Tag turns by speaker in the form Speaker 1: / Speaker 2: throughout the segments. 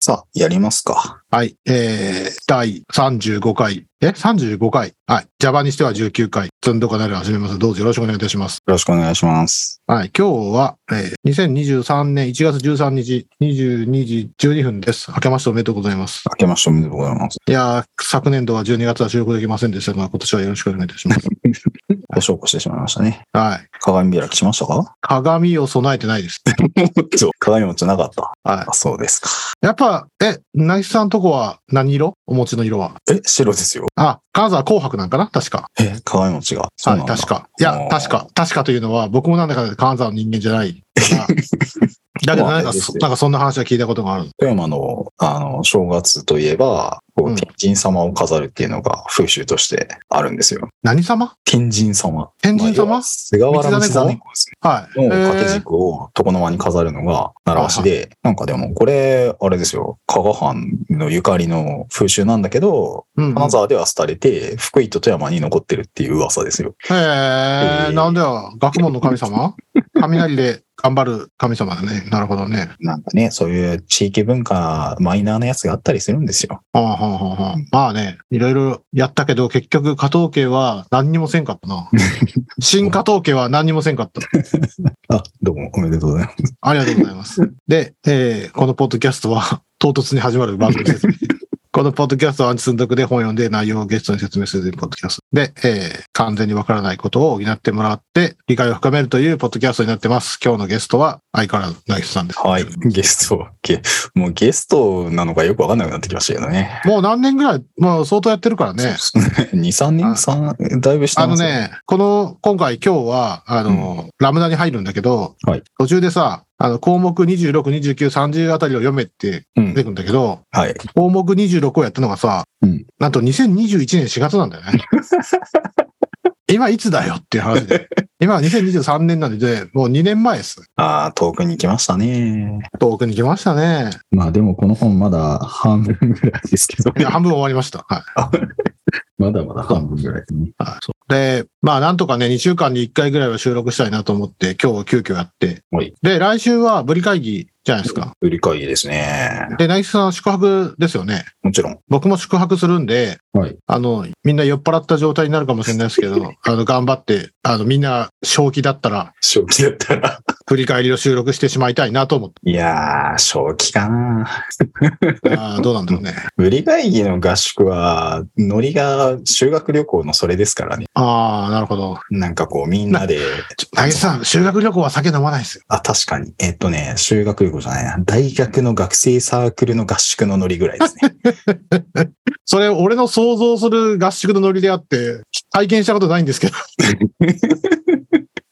Speaker 1: さあ、やりますか。
Speaker 2: はい。えー、第35回。え ?35 回。はい。Java にしては19回。つんどかなるはじめます。どうぞよろしくお願いいたします。
Speaker 1: よろしくお願いします。
Speaker 2: はい。今日は、えー、2023年1月13日、22時12分です。明けましておめでとうございます。
Speaker 1: 明けましておめでとうございます。
Speaker 2: いやー、昨年度は12月は収録できませんでしたが、今年はよろしくお願いいたします。
Speaker 1: ご紹介してしまいましたね。
Speaker 2: はい。
Speaker 1: 鏡開きしましたか
Speaker 2: 鏡を備えてないです。
Speaker 1: 鏡持ちなかった。
Speaker 2: はい
Speaker 1: あ、そうですか。
Speaker 2: やっぱ、え、ナイスさんとこは何色お持ちの色は。
Speaker 1: え、白ですよ。
Speaker 2: あ、金沢紅白なんかな確か。
Speaker 1: え、鏡持ちが。そう
Speaker 2: は、
Speaker 1: ないんだ
Speaker 2: 確。か。いや
Speaker 1: あ、ー
Speaker 2: 確か。確かというのは、僕もなんだかんだ金沢の人間じゃ ないから。だけど、
Speaker 1: まああ
Speaker 2: なんか
Speaker 1: れです
Speaker 2: そ、
Speaker 1: よ
Speaker 2: なんかそんな話は聞いたことがある。
Speaker 1: 富山の、あの、正月といえば、こ
Speaker 2: う
Speaker 1: う、
Speaker 2: ん
Speaker 1: 天神様を飾るっていうのが風習としてあるんですよ。
Speaker 2: 何様
Speaker 1: 天神様。
Speaker 2: 天
Speaker 1: まあ
Speaker 2: 神
Speaker 1: 要
Speaker 2: 様
Speaker 1: は菅原道真公ですね
Speaker 2: はい。
Speaker 1: の
Speaker 2: えー
Speaker 1: 掛け軸を床の間に飾るのが習わしで、なんかでもこれ、あれですよ、加賀藩のゆかりの風習なんだけど、
Speaker 2: うんうん。
Speaker 1: 金沢では廃れて、福井と富山に残ってるっていう噂ですよ。
Speaker 2: え
Speaker 1: え
Speaker 2: ー、
Speaker 1: ー
Speaker 2: なんだよ。学問の 神様雷で頑張る神様だね。なるほどね。
Speaker 1: なんかね、そういう地域文化、マイナーなやつがあったりするんですよ。
Speaker 2: はあはあはあはあまあね、いろいろやったけど、結局、加藤家は何にもせんかっ たな。新加藤家は何にもせんかった。
Speaker 1: あ、どうもおめでとうございます。
Speaker 2: ありがとうございます。で、えーこのポッドキャストは、唐突に始まる番 組です。このポッドキャストはアンチ寸読で本読んで内容をゲストに説明するポッドキャストで、えー完全にわからないことを補ってもらって、理解を深めるというポッドキャストになってます。今日のゲストは、相変わらずナイスさんです。
Speaker 1: はい、ゲスト、ゲもうゲストなのかよくわかんなくなってきましたけどね。
Speaker 2: もう何年ぐらい、もう相当やってるからね。
Speaker 1: そうですね。2、3
Speaker 2: あ
Speaker 1: 年三だいぶ下
Speaker 2: あの。ね、この、今回今日は、あの、ラムダに入るんだけど、
Speaker 1: はい
Speaker 2: 途中でさ、あの、項目26、29、30あたりを読めって
Speaker 1: う
Speaker 2: 出て
Speaker 1: ん。
Speaker 2: くんだけど、
Speaker 1: はい。
Speaker 2: 項目26をやったのがさ、
Speaker 1: うん
Speaker 2: なんと2021年4月なんだよ ね。今いつだよっていう話で。今は2023年なんで、もう2年前です。
Speaker 1: ああ、遠くに行きましたね。
Speaker 2: 遠くに来ましたね。
Speaker 1: まあでもこの本まだ半分ぐらいですけど
Speaker 2: いや、半分終わりました。はい。
Speaker 1: まだまだ半分ぐらいですね。
Speaker 2: はいそうで、まあなんとかね、2週間に1回ぐらいは収録したいなと思って、今日急遽やって。
Speaker 1: はい
Speaker 2: で、来週はブリ会議じゃないですか。
Speaker 1: 売り会議ですね。
Speaker 2: で、ナイスさんは宿泊ですよね。
Speaker 1: もちろん。
Speaker 2: 僕も宿泊するんで、
Speaker 1: はい。
Speaker 2: あの、みんな酔っ払った状態になるかもしれないですけど、 あの、頑張って、あの、みんな正気だったら、
Speaker 1: 正気だったら。
Speaker 2: 振り返りを収録してしまいたいなと思って。
Speaker 1: いやー、正気かな。
Speaker 2: あーどうなんだろうね。
Speaker 1: 売り会議の合宿は、ノリが修学旅行のそれですからね。
Speaker 2: ああ、なるほど。
Speaker 1: なんかこうみんなで、
Speaker 2: ちょなぎさん、修学旅行は酒飲まないですよ。
Speaker 1: あ、確かに。えっとね、修学旅行じゃないな。大学の学生サークルの合宿のノリぐらいですね。
Speaker 2: それ、俺の想像する合宿のノリであって、体験したことないんですけ ど。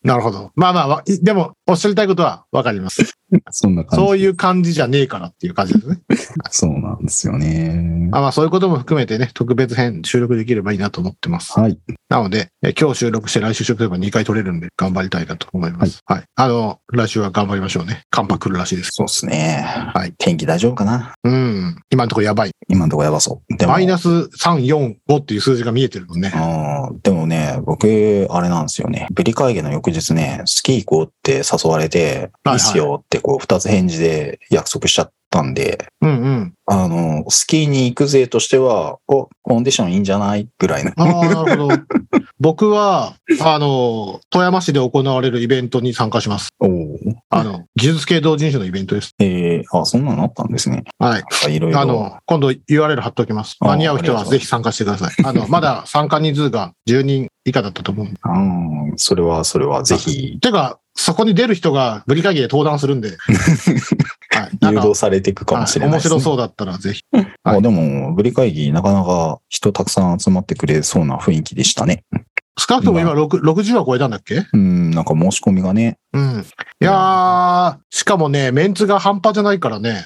Speaker 2: なるほど。まあまあわ、でも、おっしゃりたいことはわかります。
Speaker 1: そんな感じ。
Speaker 2: そういう感じじゃねえからっていう感じです ね。
Speaker 1: そうなんですよね。
Speaker 2: あまあ、そういうことも含めてね、特別編収録できればいいなと思ってます。
Speaker 1: はい。
Speaker 2: なので、え今日収録して来週収録すれば2回撮れるんで、頑張りたいなと思います。はい。あの、来週は頑張りましょうね。寒波来るらしいです。
Speaker 1: そうですね。
Speaker 2: はい。
Speaker 1: 天気大丈夫かな
Speaker 2: うん。今のところやばい。
Speaker 1: 今のところやばそう。でも
Speaker 2: マイナス3、4、5っていう数字が見えてるもんね。
Speaker 1: あーでもね、僕、あれなんですよね。ブリ会議の翌日ね、スキー行こうって誘われて、
Speaker 2: は
Speaker 1: いい
Speaker 2: いはい
Speaker 1: っすよってこう、二つ返事で約束しちゃったんで、
Speaker 2: うんうん。
Speaker 1: あの、スキーに行くぜとしては、お、コンディションいいんじゃないぐらいの。
Speaker 2: ああ、なるほど。 僕は、あの、富山市で行われるイベントに参加します。
Speaker 1: おー
Speaker 2: あの、技術系同人誌のイベントです。
Speaker 1: えー、あ、そんなのあったんですね。
Speaker 2: はい。
Speaker 1: なんかいろい
Speaker 2: あ
Speaker 1: ろ。
Speaker 2: の、今度 URL 貼っておきます。
Speaker 1: あー
Speaker 2: 間に合う人はぜひ参加してください。あの、まだ参加人数が10人以下だったと思うんで。
Speaker 1: あーそれは、それは、ぜひ、
Speaker 2: てか、そこに出る人がブリ会議で登壇 するんで。はい。
Speaker 1: 誘
Speaker 2: か
Speaker 1: 導されていくかもしれない
Speaker 2: は
Speaker 1: で
Speaker 2: い
Speaker 1: す、
Speaker 2: 面
Speaker 1: ね。
Speaker 2: 白そうだったらぜひ。はい
Speaker 1: あでも、ブリ会議、なかなか人たくさん集まってくれそうな雰囲気でしたね。
Speaker 2: 少なくとも今6 60は超えたんだっけ
Speaker 1: うん、なんか申し込みがね、
Speaker 2: うん。いやー、しかもね、メンツが半端じゃないからね。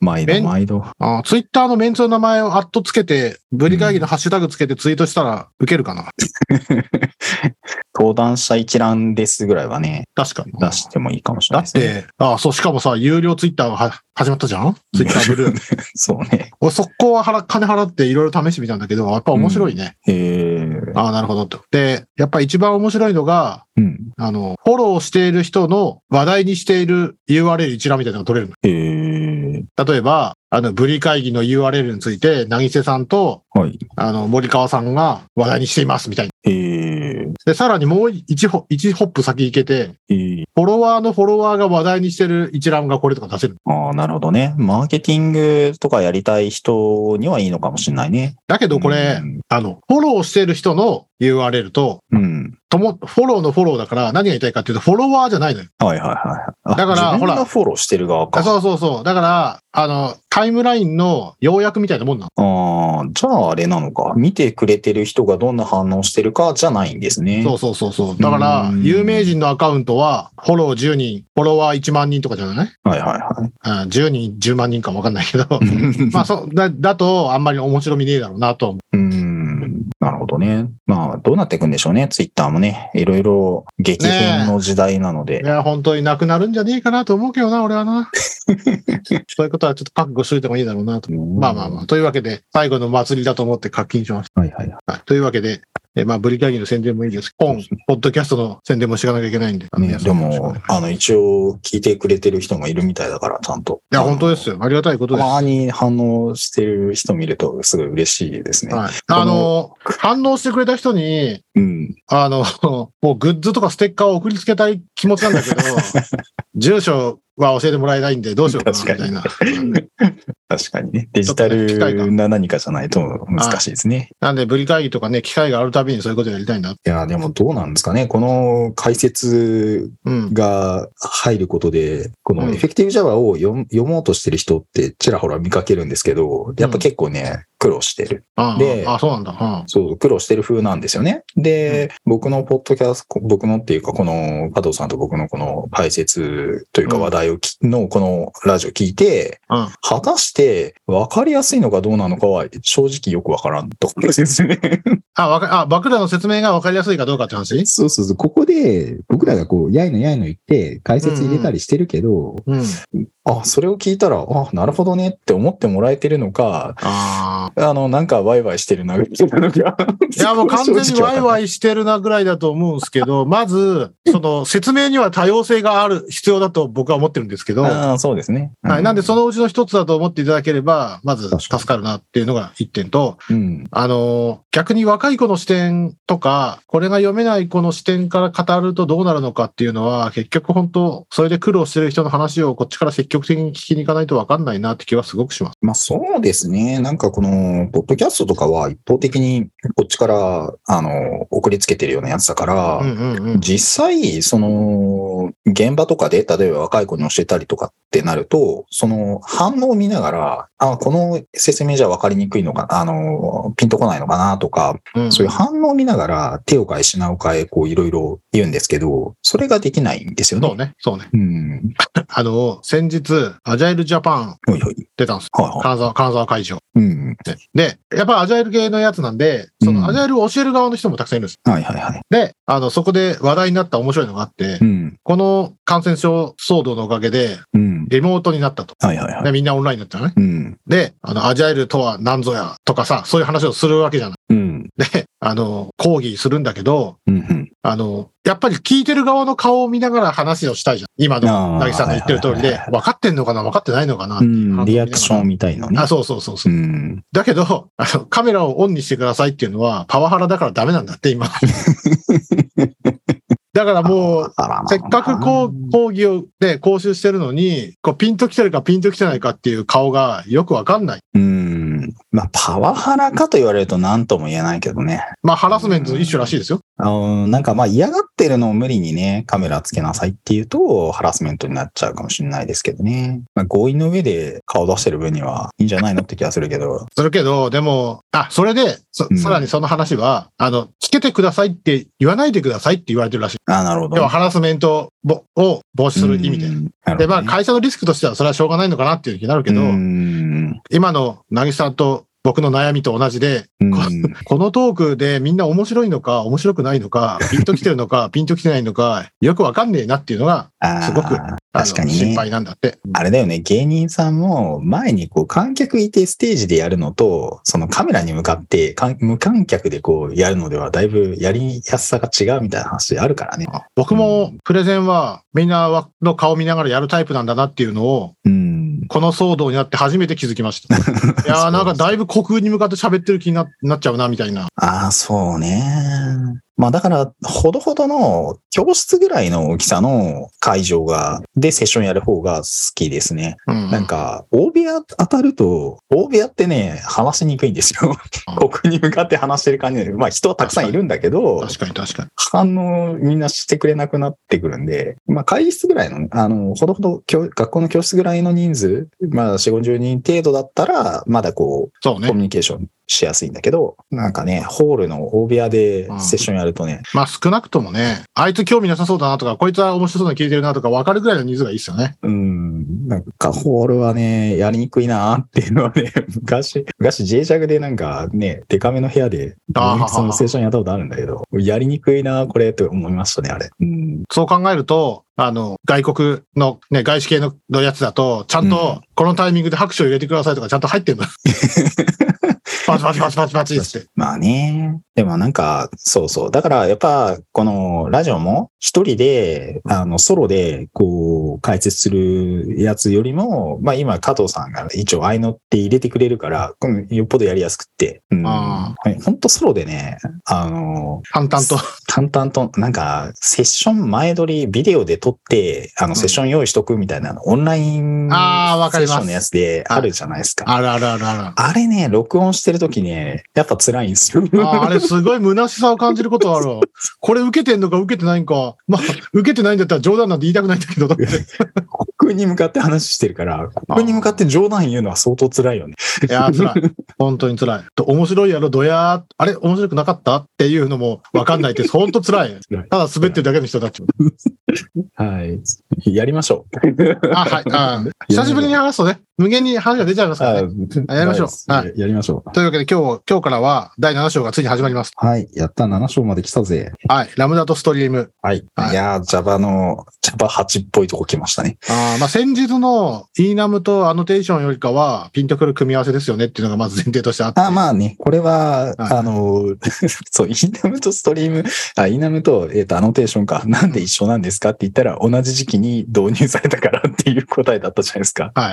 Speaker 1: 毎
Speaker 2: え
Speaker 1: 度
Speaker 2: ん
Speaker 1: 毎度。
Speaker 2: あツイッター Twitter のメンツの名前をアットつけて、ブリ会議のハッシュタグつけてツイートしたら受けるかな。
Speaker 1: 登壇者一覧ですぐらいはね、
Speaker 2: 確かに。
Speaker 1: 出してもいいかもしれ
Speaker 2: だ
Speaker 1: ない
Speaker 2: っ
Speaker 1: ですね。
Speaker 2: て、あそう、しかもさ、有料ツイッターがは始まったじ ゃんツイッターブルー。
Speaker 1: そうね。
Speaker 2: 俺、速攻は払金払っていろいろ試してみたんだけど、やっぱ面白いね。
Speaker 1: へー
Speaker 2: ああ、なるほどと。で、やっぱ一番面白いのが、
Speaker 1: うん。
Speaker 2: あの、フォローしている人の話題にしている URL 一覧みたいなのが取れるの。
Speaker 1: へうん。
Speaker 2: 例えば、あの、ブリ会議の URL について、なぎせさんと、
Speaker 1: はい。
Speaker 2: あの、森川さんが話題にしています、みたいな。
Speaker 1: えー、
Speaker 2: で、さらにもう一ホ一ホップ先行けて、
Speaker 1: えー、
Speaker 2: フォロワーのフォロワーが話題にしてる一覧がこれとか出せる。
Speaker 1: ああ、なるほどね。マーケティングとかやりたい人にはいいのかもしれないね。
Speaker 2: だけ
Speaker 1: で
Speaker 2: どこれ、あの、フォローしてる人の URL と、
Speaker 1: うん。うん。
Speaker 2: とも、フォローのフォローだから何が言いたいかっていうと、フォロワーじゃないのよ。
Speaker 1: はいはいはい。あ
Speaker 2: だから
Speaker 1: 自分
Speaker 2: ほら
Speaker 1: がフォローしてる側か。
Speaker 2: あそうそうそう。だから、あの、タイムラインの要約みたいなもんなの。
Speaker 1: ああ、じゃああれなのか。見てくれてる人がどんな反応してるかじゃないんですね。
Speaker 2: そうそうそうそう。だから
Speaker 1: う、ん
Speaker 2: 有名人のアカウントは、フォロー10人、フォロワー1万人とかじゃない
Speaker 1: はいはいは
Speaker 2: あ ?10 人、10万人かもわかんないけど。
Speaker 1: い。
Speaker 2: まあ、そう、だ、だと、あんまり面白みねえだろうなと思う。
Speaker 1: うーんなるほどね。まあ、どうなっていくんでしょうね。ツイッターもね、いろいろ激変の時代なので。
Speaker 2: いや、本当になくなるんじゃねえかなと思うけどな、俺はな。そういうことはちょっと覚悟しといてもいいだろうなと。まあまあまあ。というわけで、最後の祭りだと思って課金しまし
Speaker 1: あ。はいはいはい。
Speaker 2: た。はいというわけで、えまあ、ブリ会議の宣伝もいいです。本、ポッドキャストの宣伝もしていかなきゃいけないんで。
Speaker 1: ね、で
Speaker 2: よろしくお願い
Speaker 1: も
Speaker 2: し、ます
Speaker 1: あの、一応、聞いてくれてる人もいるみたいだから、ちゃんと。
Speaker 2: いや、本当で
Speaker 1: よ
Speaker 2: すよ。ありがたいこと
Speaker 1: た
Speaker 2: です。
Speaker 1: まに反応してる人見ると、すごい嬉しいですね。
Speaker 2: はい。あの、反応してくれた人に、
Speaker 1: うん。
Speaker 2: あの、 もうグッズとかステッカーを送りつけたい気持ちなんだけど、住所は教えてもらえないんで、どうしようかな、み
Speaker 1: 確かに
Speaker 2: たいな。
Speaker 1: 確かにね。デジタ
Speaker 2: ちょっとね機械が
Speaker 1: ルな何かじゃないと難しいですね。
Speaker 2: なんで、ブリ会議とかね、機会があるたびにそういうことやりたいな。
Speaker 1: いや、でもどうなんですかね。この解説
Speaker 2: うん。
Speaker 1: が入ることで、こ
Speaker 2: う
Speaker 1: の
Speaker 2: ん
Speaker 1: エフェクティブ Java を読む読もうとしてる人ってちらほら見かけるんですけど、やっぱ結構ね、苦労してる。
Speaker 2: あ
Speaker 1: で
Speaker 2: あ、あそうなんだ。うん
Speaker 1: そう、苦労してる風なんですよね。で、僕のポッドキャスト、僕のっていうか、この加藤さんと僕のこの解説というか
Speaker 2: うん
Speaker 1: 話題をき、のこのラジオ聞いて、
Speaker 2: うん
Speaker 1: 果たして分かりやすいのかどうなのかは正直よく分からんところですね。
Speaker 2: あ、わか、あ、僕らの説明がわかりやすいかどうかって話
Speaker 3: そうそうそう。ここで、僕らがこう、やいのやいの言って、解説入れたりしてるけど、
Speaker 2: うん。
Speaker 1: あ、それを聞いたら、あ、なるほどねって思ってもらえてるのか、
Speaker 2: ああ。
Speaker 1: あの、なんかワイワイしてるな、みたいなのが。
Speaker 2: いや、もう完全にワイワ
Speaker 1: イ。
Speaker 2: イしてるなぐらいだと思うんですけど、まず、その説明には多様性がある必要だと僕は思ってるんですけど、は
Speaker 1: ああ、そうですね。
Speaker 2: い。なんで、そ
Speaker 1: の、
Speaker 2: のうちの一つだと思っていただければ、まず助かるなっていうのが一点と、
Speaker 1: うん。
Speaker 2: あの、逆に若い子の視点とか、これが読めない子の視点から語るとどうなるのかっていうのは、結局本当、それで苦労してる人の話をこっちから積極的に聞きに行かないとわかんないなって気はすごくします。
Speaker 1: まあそうですね。なんかこの、ポッドキャストとかは一方的にこっちから、あの、送りつけてるようなやつだから、
Speaker 2: うんうんうん。
Speaker 1: 実際、その、現場とかで、例えば若い子に教えたりとかってなると、その反応を見ながら、あ、この説明じゃ分かりにくいのかな、あの、ピンとこないのかなとか、
Speaker 2: うん
Speaker 1: そういう反応を見ながら手を変え品を変え、こういろいろ言うんですけど、それができないんですよ
Speaker 2: そう
Speaker 1: ね。
Speaker 2: ね、そうね。
Speaker 1: うん。
Speaker 2: あの、先日、アジャイルジャパン
Speaker 1: ほいほい。
Speaker 2: 出たんですよ。
Speaker 1: はいは
Speaker 2: 金沢、金沢会場
Speaker 1: い。うん。
Speaker 2: で。で、やっぱアジャイル系のやつなんで、そうの
Speaker 1: ん
Speaker 2: アジャイルを教える側の人もたくさんいるんです。
Speaker 1: はいはいはい。
Speaker 2: で、あの、そこで話題になった面白いのがあって
Speaker 1: う、ん。
Speaker 2: この感染症騒動のおかげで、
Speaker 1: うん。
Speaker 2: リモートになったと。
Speaker 1: はいはいは
Speaker 2: で、
Speaker 1: い。
Speaker 2: みんなオンラインだったのね。
Speaker 1: うん。
Speaker 2: で、あの、アジャイルとは何ぞやとかさ、そういう話をするわけじゃない。
Speaker 1: うん。
Speaker 2: で、あの、講義するんだけど、
Speaker 1: うんうん。
Speaker 2: あの、やっぱり聞いてる側の顔を見ながら話をしたいじゃん。今
Speaker 1: あ
Speaker 2: の、
Speaker 1: ー
Speaker 2: なぎさんの言ってる通り
Speaker 1: はい
Speaker 2: で
Speaker 1: はいは、い
Speaker 2: 分かってんのかな分かってないのかなって
Speaker 1: う
Speaker 2: いう反応を見なが
Speaker 1: ん。
Speaker 2: ら
Speaker 1: リアクションみたいのね。
Speaker 2: あ、そうそうそうそうう。
Speaker 1: ん。
Speaker 2: だけど、あの、カメラをオンにしてくださいっていうのは、パワハラだからダメなんだっ て、今。だからもう、
Speaker 1: あらまあ
Speaker 2: せっかくこう、講義をね、講習してるのに、こう、ピンと来てるかピンと来てないかっていう顔がよくわかんない。
Speaker 1: うん。まあ、パワハラかと言われると何とも言えないけどね。
Speaker 2: まあ、ハラスメントの一種らしいですよ。
Speaker 1: あのなんかまあ嫌がってるのを無理にね、カメラつけなさいっていうと、ハラスメントになっちゃうかもしれないですけどね。まあ、合意の上で顔出してる分にはいいんじゃないのって気がするけど。
Speaker 2: するけど、でも、あ、それで、そ
Speaker 1: うん
Speaker 2: さらにその話は、あの、つけてくださいって言わないでくださいって言われてるらしい。
Speaker 1: あ、なるほど。
Speaker 2: 要は、ハラスメントぼを防止する意味で。
Speaker 1: うんなるほどね
Speaker 2: で、まあ、会社のリスクとしては、それはしょうがないのかなっていう気になるけど、
Speaker 1: うん
Speaker 2: 今の渚と僕の悩みと同じで、
Speaker 1: うん。
Speaker 2: このトークでみんな面白いのか、面白くない のか、ピンときてるのか、ピンときてないのか、よくわかんねえなっていうのが、
Speaker 1: あー
Speaker 2: すごくあの
Speaker 1: 確かにね
Speaker 2: 心配なんだって。
Speaker 1: あれだよね、芸人さんも前にこう観客いてステージでやるのと、そのカメラに向かってかん無観客でこうやるのではだいぶやりやすさが違うみたいな話あるからね。
Speaker 2: 僕もプレゼンはみんなの顔見ながらやるタイプなんだなっていうのを、
Speaker 1: うん。
Speaker 2: この騒動になって初めて気づきま した。いやーなんかだいぶ虚空に向かって喋ってる気にななっちゃうなみたいな。
Speaker 1: ああ、そうね。まあだから、ほどほどの教室ぐらいの大きさの会場が、でセッションやる方が好きですね。
Speaker 2: うん
Speaker 1: なんか、大部屋当たると、大部屋ってね、話しにくいんですよ
Speaker 2: あ。
Speaker 1: 国に向かって話してる感じで、まあ人はたくさんいるんだけど、
Speaker 2: 確かに確かに。
Speaker 1: 反応みんなしてくれなくなってくるんで、まあ会議室ぐらいのね、あの、ほどほど教学校の教室ぐらいの人数、まあ4、50人程度だったら、まだこう、
Speaker 2: そう
Speaker 1: コミ
Speaker 2: ね。
Speaker 1: ュニケーションしやすいんだけど、なんかね、ホールの大部屋でセッションやるとね、
Speaker 2: まあ少なくともね、あいつ興味なさそうだなとか、こいつは面白そうなの聞いてるなとか分かるぐらいの人数がいいですよね。
Speaker 1: うん、なんかホールはね、やりにくいなーっていうのはね、 昔、昔 J ジャグでなんかね、デカめの部屋で、
Speaker 2: あー
Speaker 1: そのセッションやったことあるんだけど、やりにくいなーこれって思いましたね、あれ。うん、
Speaker 2: そう考えると、あの、外国のね、外資系ののやつだと、ちゃんとこのタイミングで拍手を入れてくださいとかちゃんと入 ってんの。パチパチパチパチパチって。
Speaker 1: まあね。でもなんか、そうそう。だからやっぱ、このラジオも一人で、あの、ソロで、こう、解説するやつよりも、まあ今、加藤さんが一応合いのって入れてくれるから、うんよっぽどやりやすくって。うん。
Speaker 2: あ
Speaker 1: ほんとソロでね、あの、
Speaker 2: 淡々と。
Speaker 1: 淡々と、なんか、セッション前撮り、ビデオで撮って、あの、
Speaker 2: ん
Speaker 1: セッション用意しとくみたいなの、オンラインセ
Speaker 2: あーわか
Speaker 1: ッ
Speaker 2: り
Speaker 1: シ
Speaker 2: ます
Speaker 1: ョンのやつであるじゃないですか。
Speaker 2: あらあらあらあら。
Speaker 1: あれね、録音してるときね、やっぱ辛いんですよ。
Speaker 2: あーあれすごい虚しさを感じることあるわ。 これ受けてんのか受けてないんか。まあ、受けてないんだったら冗談なんて言い たくないんだけど、だって
Speaker 1: 国に向かって話してるから、国に向かって冗談言うのは相当辛いよね。
Speaker 2: いやー、辛い。本当に辛い。と面白いやろ、どやー。あれ面白くなかったっていうのもわかんないって、本当 辛い。
Speaker 1: 辛い
Speaker 2: ただ滑ってるだけの人になっちゃう。
Speaker 1: はい。やりましょう。
Speaker 2: あ、はい。あー久しぶりに話すとね、無限に話が出ちゃいますからね。
Speaker 1: あ
Speaker 2: やりましょう
Speaker 1: はいややりましょう。
Speaker 2: というわけで今日、今日からは第7章がついに始まります。
Speaker 3: はい。やった、7章まで来たぜ。
Speaker 2: はい。ラムダとストリーム。
Speaker 1: はい。
Speaker 2: はい
Speaker 1: いやー、Java の、Java8 っぽいとこ来ましたね。
Speaker 2: あーまあ、先日の e ナムとアノテーションよりかは、ピンとくる組み合わせですよねっていうのがまず前提としてあって。
Speaker 1: あまあね、これは、
Speaker 2: はい
Speaker 1: あの、 そう、インナムとストリーム、あ、インナムと、えっ、と、アノテーションか、なんで一緒なんですかって言ったら、同じ時期に導入されたからっていう答えだったじゃないですか。
Speaker 2: はいは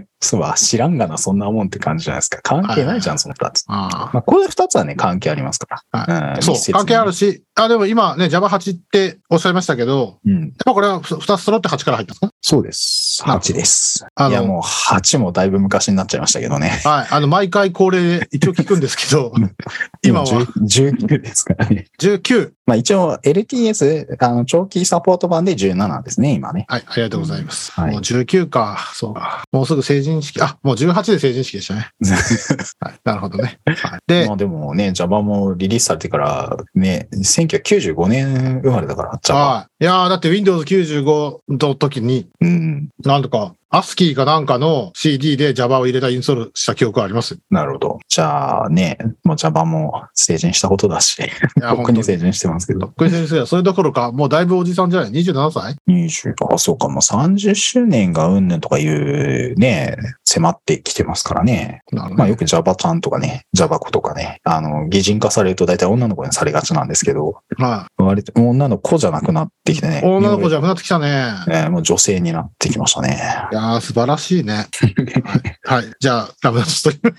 Speaker 2: い。
Speaker 1: そう、あ知らんがな、そんなもんって感じじゃないですか。関係ないじゃん、その二つ。
Speaker 2: あー
Speaker 1: まあ、これ二つはね、関係ありますから。ん
Speaker 2: そう
Speaker 1: 密接、に
Speaker 2: 関係あるし、あ、でも今ね、Java8 っておっしゃいましたけど、
Speaker 1: うん。
Speaker 2: やっぱこれは2つ揃って8から入ったんですか
Speaker 3: そうです。
Speaker 1: 8です。
Speaker 2: あの
Speaker 1: いや、もう8もだいぶ昔になっちゃいましたけどね。
Speaker 2: はい。あの、毎回恒例で一応聞くんですけど、 今は
Speaker 1: 10 19ですからね。
Speaker 2: 19。
Speaker 1: まあ一応 LTS、あの、長期サポート版で17ですね、今ね。
Speaker 2: はい、ありがとうございます。
Speaker 1: はい
Speaker 2: もう19か。そうか。もうすぐ成人式。あ、もう18で成人式 でしたね。はい。なるほどね。はい、で
Speaker 1: まあ、でもね、Java もリリースされてから、ね、1995年生まれだから、Java。
Speaker 2: はい。いやーだって Windows95 の時に、
Speaker 1: うん。
Speaker 2: なんとか、ASCII かなんかの CD で Java を入れたインストールした記憶があります。い
Speaker 1: なるほど。じゃあね、もう Java も成人したことだし、
Speaker 2: や、
Speaker 1: 僕
Speaker 2: 本当
Speaker 1: に
Speaker 2: に。
Speaker 1: 成人してますけど。
Speaker 2: 国井先生はそれどころか、もうだいぶおじさんじゃない ?27 歳
Speaker 1: 20、あ、そうか、もう30周年がうんぬんとかいうね、迫ってきてますからね。
Speaker 2: なるほど
Speaker 1: まあよく Java ちゃんとかね、Java 子とかね、あの、擬人化されると大体女の子にされがちなんですけど、
Speaker 2: は
Speaker 1: 割と女の子じゃなくなってきてね。
Speaker 2: い。女の子じ
Speaker 1: ゃ。
Speaker 2: ゃなくなってきたね。
Speaker 1: えーもう女性になってきましたね。
Speaker 2: いやー、素晴ら しいね。はい。はいじゃあ、ラムダストリーム。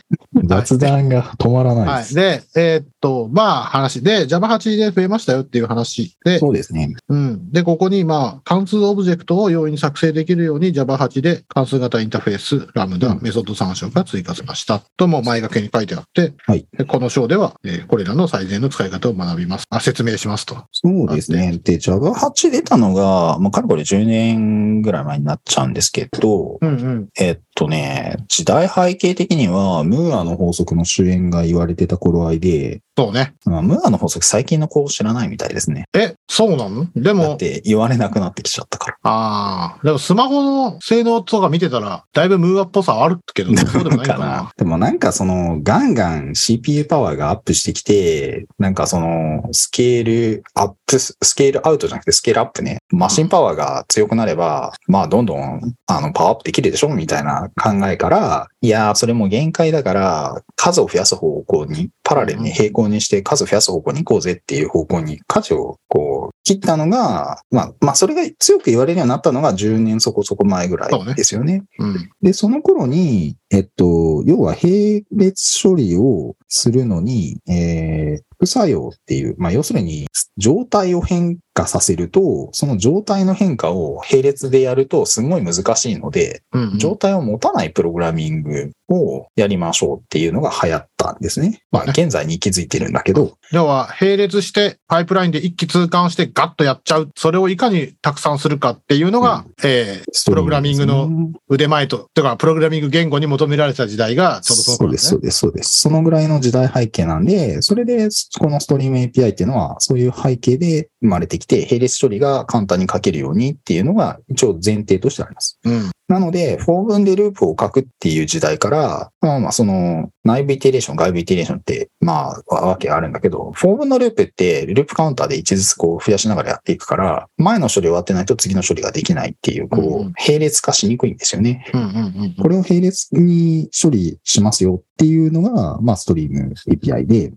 Speaker 3: 雑談が止まらない
Speaker 2: は
Speaker 3: で
Speaker 2: い。
Speaker 3: す。
Speaker 2: で、えーっと、まあ、話で、Java8 で増えましたよっていう話で、
Speaker 1: そうですね。
Speaker 2: うん。で、ここに、まあ、関数オブジェクトを容易に作成できるように Java8 で関数型インターフェース、ラムダ、
Speaker 1: うん
Speaker 2: メソッド参照が追加しました。とも前掛けに書いてあって、
Speaker 1: はい
Speaker 2: でこの章では、えーこれらの最善の使い方を学びます。あ、説明しますと。
Speaker 1: そうですね。で、Java8 出たのが、まあ、かれこれ10年ぐらい前になっちゃうんですけど、
Speaker 2: うんうん。
Speaker 1: えっとね、時代背景的には、ムーアの法則の主演が言われてた頃合いで、
Speaker 2: そうね。
Speaker 1: まあムーアの法則最近の子知らないみたいですね。
Speaker 2: え、そうなので
Speaker 1: だっ
Speaker 2: も、
Speaker 1: て言われなくなってきちゃったから。
Speaker 2: ああ。でもスマホの性能とか見てたら、だいぶムーアっぽさはあるけ ど、そうでもないかな。
Speaker 1: でもなんかその、ガンガン CPU パワーがアップしてきて、なんかその、スケールアップス、スケールアウトじゃなくてスケールアップね。マシンパワーが強くなれば、まあどんどん、あの、パワーアップできるでしょみたいな考えから、いやー、それも限界だから、数を増やす方向に、パラレルに平行にして数を増やす方向に行こうぜっていう方向に、舵をこう、切ったのが、まあ、まあそれが強く言われるようになったのが10年そこそこ前ぐら
Speaker 2: そうね
Speaker 1: いですよね。
Speaker 2: うん。
Speaker 3: で、その頃に、えっと、要は並列処理をするのに、えー、副作用っていう、まあ、要するに、状態を変化させると、その状態の変化を並列でやるとすごい難しいので、
Speaker 2: うん。
Speaker 1: 状態を持たないプログラミングをやりましょうっていうのが流行ったんですね。まあ、現在に息づいてるんだけど、
Speaker 2: 要は、並列して、パイプラインで一気通貫してガッとやっちゃう。それをいかにたくさんするかっていうのが、えープログラミングの腕前と、だからプログラミング言語に求められた時代が、ちょうどそ
Speaker 1: そ
Speaker 2: の
Speaker 1: う
Speaker 2: 頃
Speaker 1: で、
Speaker 2: ですす
Speaker 1: そ
Speaker 2: ね。
Speaker 1: うです、そうです。そのぐらいの時代背景なんで、それで、このストリーム API っていうのは、そういう背景で生まれてきて、並列処理が簡単に書けるようにっていうのが、一応前提としてあります。
Speaker 2: うん。
Speaker 1: なので、フォー分でループを書くっていう時代から、まあまあ、その、内部イテレーション、外部イテレーションって、まあ、わけがあるんだけど、フォー分のループって、ループカウンターで一ずつこう増やしながらやっていくから、前の処理終わってないと次の処理ができないっていう、
Speaker 2: う
Speaker 1: こ
Speaker 2: ん
Speaker 1: う、並列化しにくいんですよね。
Speaker 2: うんうん
Speaker 3: これを並列に処理しますよっていうのが、まあ、ストリーム API で、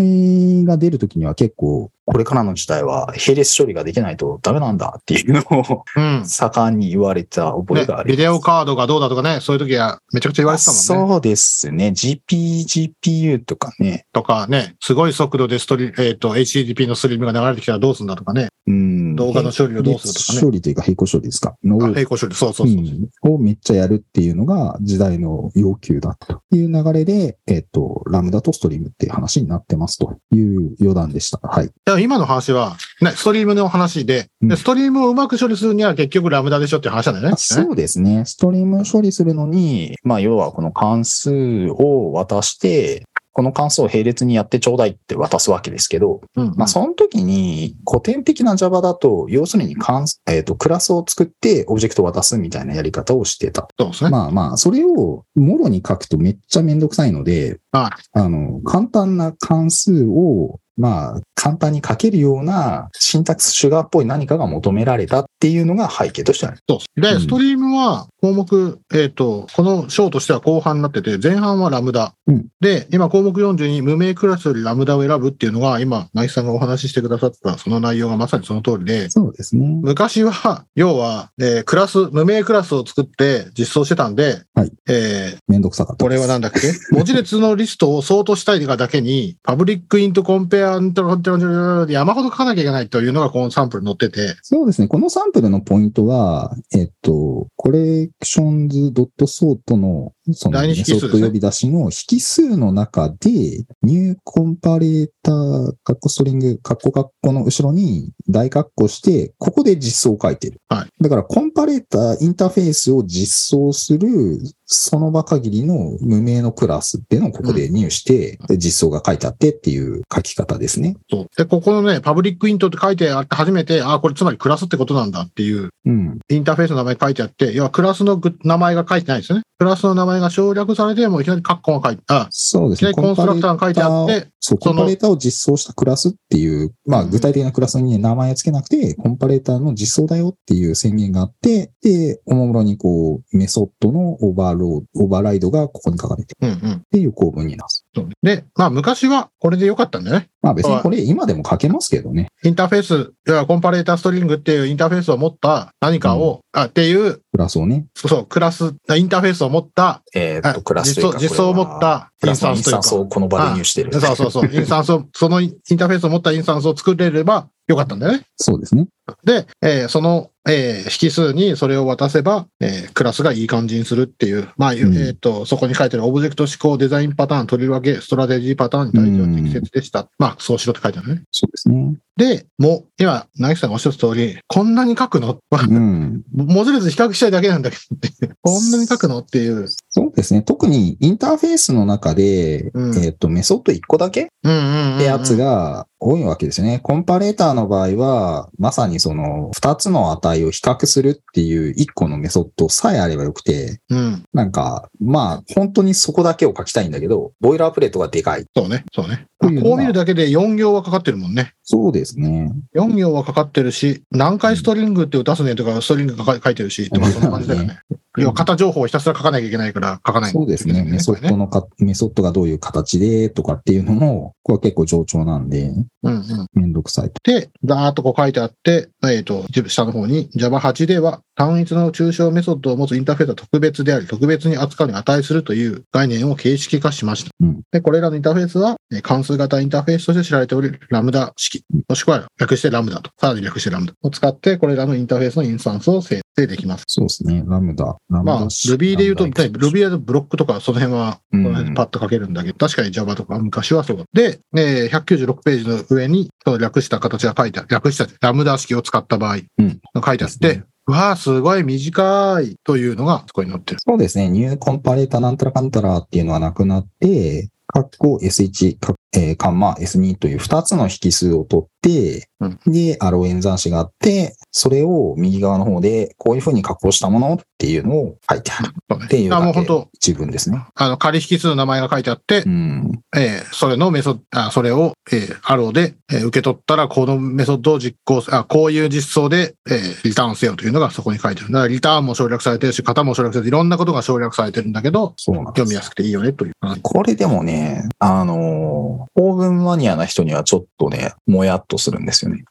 Speaker 3: Java8 が出るときには結構、
Speaker 1: これからの時代は並列処理ができないとダメなんだっていうのを
Speaker 2: うん。うん。
Speaker 1: 盛んに言われた覚え
Speaker 2: ね
Speaker 1: があ、ります。
Speaker 2: ビデオカードがどうだとかね、そういう時はめちゃくちゃ言われてたもんね。
Speaker 1: そうですね。GP、GPU とかね。
Speaker 2: とかね、すごい速度でストリ、えっ、と、HTTP のストリームが流れてきたらどうするんだとかね、
Speaker 1: うん。
Speaker 2: 動画の処理をどうするとかね
Speaker 3: 処理というか、並行処理ですかの
Speaker 2: あ、並行処理、そうそうそうそう。
Speaker 3: うんをめっちゃやるっていうのが時代の要求だったという流れで、えっと、ラムダとストリームっていう話になってますという余談でした。はい。
Speaker 2: だから今の話は、ね、ストリームの話で、
Speaker 3: うん
Speaker 2: でストリームをうまく処理するには結局ラムダでしょっていう話なんだよね。
Speaker 3: あ
Speaker 2: ね
Speaker 1: そうですね。ストリーム処理するのに、まあ、要はこの関数を渡して、この関数を並列にやってちょうだいって渡すわけですけど、
Speaker 2: うんうん
Speaker 1: まあ、その時に古典的な Java だと、要するに関数、えっ、と、クラスを作ってオブジェクトを渡すみたいなやり方をしてた。
Speaker 2: そうです ね。
Speaker 3: まあまあ、それをもろに書くとめっちゃめんどくさいので、
Speaker 2: は
Speaker 3: あの、簡単な関数を、まあ、簡単に書けるようなシンタックスシュガーっぽい何かが求められたっていうのが背景としてある。
Speaker 2: そうですで、
Speaker 3: うん
Speaker 2: ストリームは項目、えっ、と、この章としては後半になってて、前半はラムダ。
Speaker 3: うん
Speaker 2: で、今項目40に無名クラスよりラムダを選ぶっていうのが、今、ナイスさんがお話ししてくださったその内容がまさにその通りで、
Speaker 3: そうですね。
Speaker 2: 昔は、要は、えークラス、無名クラスを作って実装してたんで、
Speaker 3: はい
Speaker 2: えー
Speaker 3: めんどくさかった
Speaker 2: こ
Speaker 3: で
Speaker 2: れ
Speaker 3: す。
Speaker 2: はなんだっけ文字列のリストをソートしたいがだけに、パブリックイントコンペアントロントロントロンで山ほど書かなきゃいけないというのがこのサンプルに載ってて、
Speaker 3: そうですね。このサンプルのポイントは、えっと、コレクションズ .sort の、その
Speaker 2: 第二
Speaker 3: メ
Speaker 2: 引
Speaker 3: ソ
Speaker 2: 数ですね
Speaker 3: ッド呼び出しの引数の中で、ニューコンパレーター、カッコストリング、カッコカッコの後ろに大カッコして、ここで実装を書いてる。
Speaker 2: はい
Speaker 3: だから、コンパレーターインターフェースを実装する、その場限りの無名のクラスっていうのをここで入して、で実装が書いてあってっていう書き方ですね。
Speaker 2: そう。で、ここのね、パブリックイントって書いてあって初めて、ああ、これつまりクラスってことなんだっていう、
Speaker 3: うん。
Speaker 2: インターフェースの名前書いてあって、要はクラスのぐ名前が書いてないんですね。クラスの名前が省略されて、もういきなりカッコンが書いて、あ、
Speaker 3: そうで
Speaker 2: い
Speaker 3: す
Speaker 2: きな
Speaker 3: ね。
Speaker 2: りコンストラクターが書いてあっ
Speaker 3: コンパレー
Speaker 2: て、
Speaker 3: そう、
Speaker 2: そ
Speaker 3: コ
Speaker 2: の
Speaker 3: ンパレーターを実装したクラスっていう、ま
Speaker 2: う
Speaker 3: あ
Speaker 2: ん
Speaker 3: 具体的なクラスにね名前を付けなくて、コンパレーターの実装だよっていう宣言があって、で、おもむろにこう、メソッドのオーバーロード、オーバーライドがここに書かれてる
Speaker 2: うんうん。
Speaker 3: っていう構文になる。
Speaker 2: そうねで、まあ昔はこれでよかったんだよね。
Speaker 3: まあ別
Speaker 2: は
Speaker 3: に
Speaker 2: い
Speaker 3: これ今でも書けますけどね。
Speaker 2: インターフェース、要はコンパレーターストリングっていうインターフェースを持った何かを、あっていう、
Speaker 3: クラスをね。
Speaker 2: そうそう、クラス、インターフェースを持った、
Speaker 1: えっ、
Speaker 2: あ
Speaker 1: と、クラスとい
Speaker 2: 実
Speaker 1: う
Speaker 2: 装、
Speaker 1: か
Speaker 2: 実装を持っ。た
Speaker 1: こ
Speaker 2: イ
Speaker 1: れはク
Speaker 2: ンスタ
Speaker 1: ラスの
Speaker 2: ン
Speaker 1: イン
Speaker 2: スとい
Speaker 1: スタ
Speaker 2: う
Speaker 1: ンスを
Speaker 2: か。
Speaker 1: この場で入手してる。
Speaker 2: そうそうそう、 インスタンスを、そのインターフェースを持ったインスタンスを作れればよかったんだよね。
Speaker 3: そうですね。
Speaker 2: で、えーその、えー引数にそれを渡せば、えークラスがいい感じにするっていう、まあ、えっ、
Speaker 3: ん
Speaker 2: と、そこに書いてあるオブジェクト思考デザインパターン取り分け、ストラテジーパターンに対しては適切でした。まあ、そうしろって書いてあるね。
Speaker 3: そうですね。
Speaker 2: で、もう、今、ナイさんがおっしゃった通り、こんなに書くの
Speaker 3: うん。
Speaker 2: 文字列比較したいだけなんだけどって、こんなに書くのっていう。
Speaker 3: その
Speaker 1: そうですね。特にインターフェースの中で、
Speaker 2: うん
Speaker 1: えっと、メソッド1個だけ
Speaker 2: うんうんうん。
Speaker 1: ってやつ。が多いわけですよね。コンパレーターの場合は、まさにその2つの値を比較するっていう1個のメソッドさえあればよくて、
Speaker 2: うん。
Speaker 1: なんか、まあ、本当にそこだけを書きたいんだけど、ボイラープレートがでかい。
Speaker 2: そうね。そうね。
Speaker 1: というのは
Speaker 2: こう見るだけで4行はかかってるもんね。
Speaker 1: そうですね。
Speaker 2: 4行はかかってるし、何回ストリングって打たすねとか、ストリングが書いてるし、とか、そんな感じ だよね。要は型情報をひたすら書かなきゃいけないから、書かない
Speaker 1: そうですね。メソッド
Speaker 2: の。
Speaker 1: のか、メソッドがどういう形でとかっていうのも、これは結構冗長なんで、
Speaker 2: うんうん。
Speaker 1: めんどくさいと。
Speaker 2: で、だーっとこう書いてあって、えっ、と、下の方に Java8 では単一の抽象メソッドを持つインターフェースは特別であり、特別に扱うに値するという概念を形式化しました。
Speaker 1: うん
Speaker 2: で、これらのインターフェースはえー関数型インターフェースとして知られており、ラムダ式、もしくは略してラムダと、さらに略してラムダを使って、これらのインターフェースのインスタンスを制定できます。
Speaker 1: そうですね。ラムダ。ラム
Speaker 2: まあ、
Speaker 1: ダし。
Speaker 2: Ruby で言うと、
Speaker 1: ラムダ
Speaker 2: Ruby のブロックとか、その辺は、この辺でパッと書けるんだけど、確かに Java とか昔はそうだ。で、えー196ページの上に、その略した形が書いてある。略したってラムダ式を使った場合、
Speaker 1: うん
Speaker 2: 書いてあ
Speaker 1: で
Speaker 2: っ
Speaker 1: す
Speaker 2: て、うわあ、すごい短いというのが、そこに載ってる。
Speaker 1: そうですね。ニューコンパレータなんたらかんたらっていうのはなくなって、カッコ S1、カッえーカンマ S2 という2つの引数を取って、
Speaker 2: うん
Speaker 1: で、アロー演算子があって、それを右側の方でこういうふうに加工したものっていうのを書いてある
Speaker 2: そうね
Speaker 1: っていう
Speaker 2: あも
Speaker 1: だ
Speaker 2: う本
Speaker 1: け
Speaker 2: 当
Speaker 1: 一文ですね。
Speaker 2: あの、仮引数の名前が書いてあって
Speaker 1: う、ん。
Speaker 2: えーそれのメソッド、あそれを、えー、アローで、えー受け取ったら、このメソッドを実行すあ、こういう実装で、えーリターンせよというのがそこに書いてある。だから、リターンも省略されてるし、型も省略されてる、いろんなことが省略されてるんだけど、
Speaker 1: そうなんで
Speaker 2: 読み
Speaker 1: す。
Speaker 2: やすくていいよねという。
Speaker 1: これでもね、あのー、法文マニアな人にはちょっとね、もやっとするんですよね。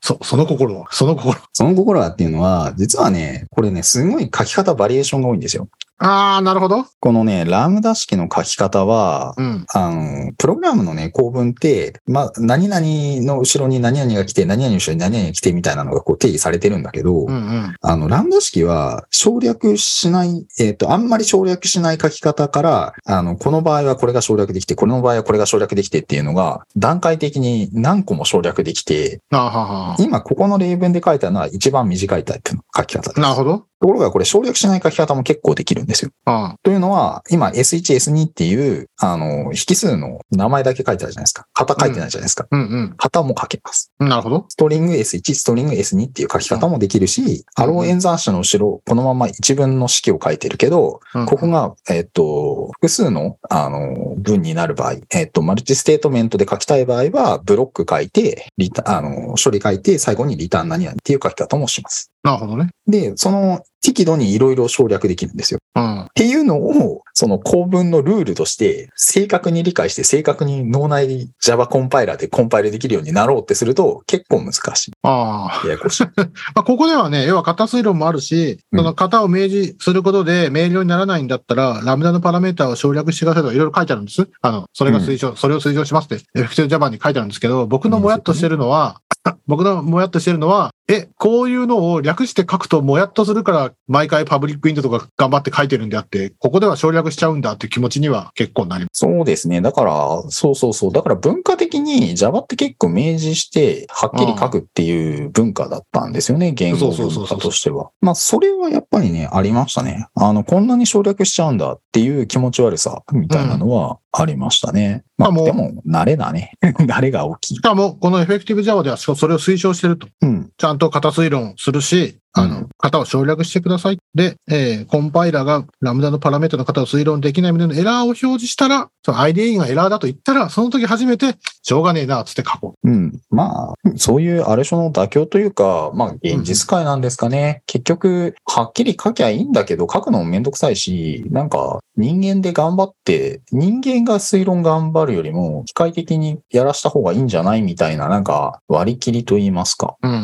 Speaker 2: そ、その心は、その心は。
Speaker 1: その心はっていうのは、実はね、これね、すごい書き方バリエーションが多いんですよ。
Speaker 2: あー、なるほど。
Speaker 1: このね、ラムダ式の書き方は、
Speaker 2: うん。
Speaker 1: あの、プログラムのね、構文って、まあ、何々の後ろに何々が来て、何々の後ろに何々が来てみたいなのがこう定義されてるんだけど、
Speaker 2: うんうん。
Speaker 1: あの、ラムダ式は省略しない、えっ、と、あんまり省略しない書き方から、あの、この場合はこれが省略できて、この場合はこれが省略できてっていうのが、段階的に何個も省略できて、
Speaker 2: あーはーはー
Speaker 1: 今ここの例文で書いたのは一番短いタイプの書き方です。
Speaker 2: なるほど。
Speaker 1: ところがこれ省略しない書き方も結構できるんですよ。
Speaker 2: あ
Speaker 1: というのは、今 S1、S2 っていう、あの、引数の名前だけ書いてあるじゃないですか。型書いてないじゃないですか。
Speaker 2: ーうん
Speaker 1: 型も書けます。
Speaker 2: うん。なるほど。
Speaker 1: ストリング S1、ストリング S2 っていう書き方もできるし、
Speaker 2: うん
Speaker 1: アロー演算子の後ろ、このまま一文の式を書いてるけど、
Speaker 2: うん
Speaker 1: ここが、えっと、複数の、あの、文になる場合、えっと、マルチステートメントで書きたい場合は、ブロック書いて、リタあの、処理書いて、最後にリターン何々っていう書き方もします。
Speaker 2: なるほどね。
Speaker 1: で、その、適度にいろいろ省略できるんですよ。
Speaker 2: うん
Speaker 1: っ。ていうのを、その構文のルールとして、正確に理解して、正確に脳内に Java コンパイラーでコンパイルできるようになろうってすると、結構難しい。
Speaker 2: ああ。
Speaker 1: ややこしい。
Speaker 2: まあ、ここではね、要は型推論もあるし、
Speaker 1: うん
Speaker 2: その型を明示することで明瞭にならないんだったら、ラムダのパラメータを省略してくださいとかいろいろ書いてあるんです。あの、それが推奨、それを推奨しますって、エフェクティブジャパンに書いてあるんですけど、僕のもやっとしてるのは、 僕のもやっとしてるのは、え、こういうのを略して書くともやっとするから、毎回パブリックインドとか頑張って書いてるんであって、ここでは省略しちゃうんだっていう気持ちには結構なります。
Speaker 1: そうですね。だから、そうそうそう。だから文化的に Java って結構明示して、はっきり書くっていう文化だったんですよね。言語
Speaker 2: そうそうそ
Speaker 1: 文
Speaker 2: うそ
Speaker 1: 化
Speaker 2: う
Speaker 1: としては。まあ、それはやっぱりね、ありましたね。あの、こんなに省略しちゃうんだっていう気持ち悪さみたいなのはありましたね。
Speaker 2: まあ
Speaker 1: ま
Speaker 2: も
Speaker 1: あ、
Speaker 2: う
Speaker 1: でも、慣れだね。 慣れが大きい
Speaker 2: し。かも、このエフェクティブジャ a ではそそれを推奨してると。
Speaker 1: うん。
Speaker 2: ちゃんと型推論するし、あの、
Speaker 1: うん
Speaker 2: 型を省略してください。で、えーコンパイラーがラムダのパラメータの型を推論できない旨のエラーを表示したら、その IDE がエラーだと言ったら、その時初めて、しょうがねえな、つって書こ
Speaker 1: うん。まあ、そういうある種の妥協というか、まあ、現実界なんですかね。結局、はっきり書きゃいいんだけど、書くのもめんどくさいし、なんか、人間で頑張って、人間が推論頑張るよりも、機械的にやらした方がいいんじゃないみたいな、なんか、割り切りと言いますか。
Speaker 2: う。うん
Speaker 1: う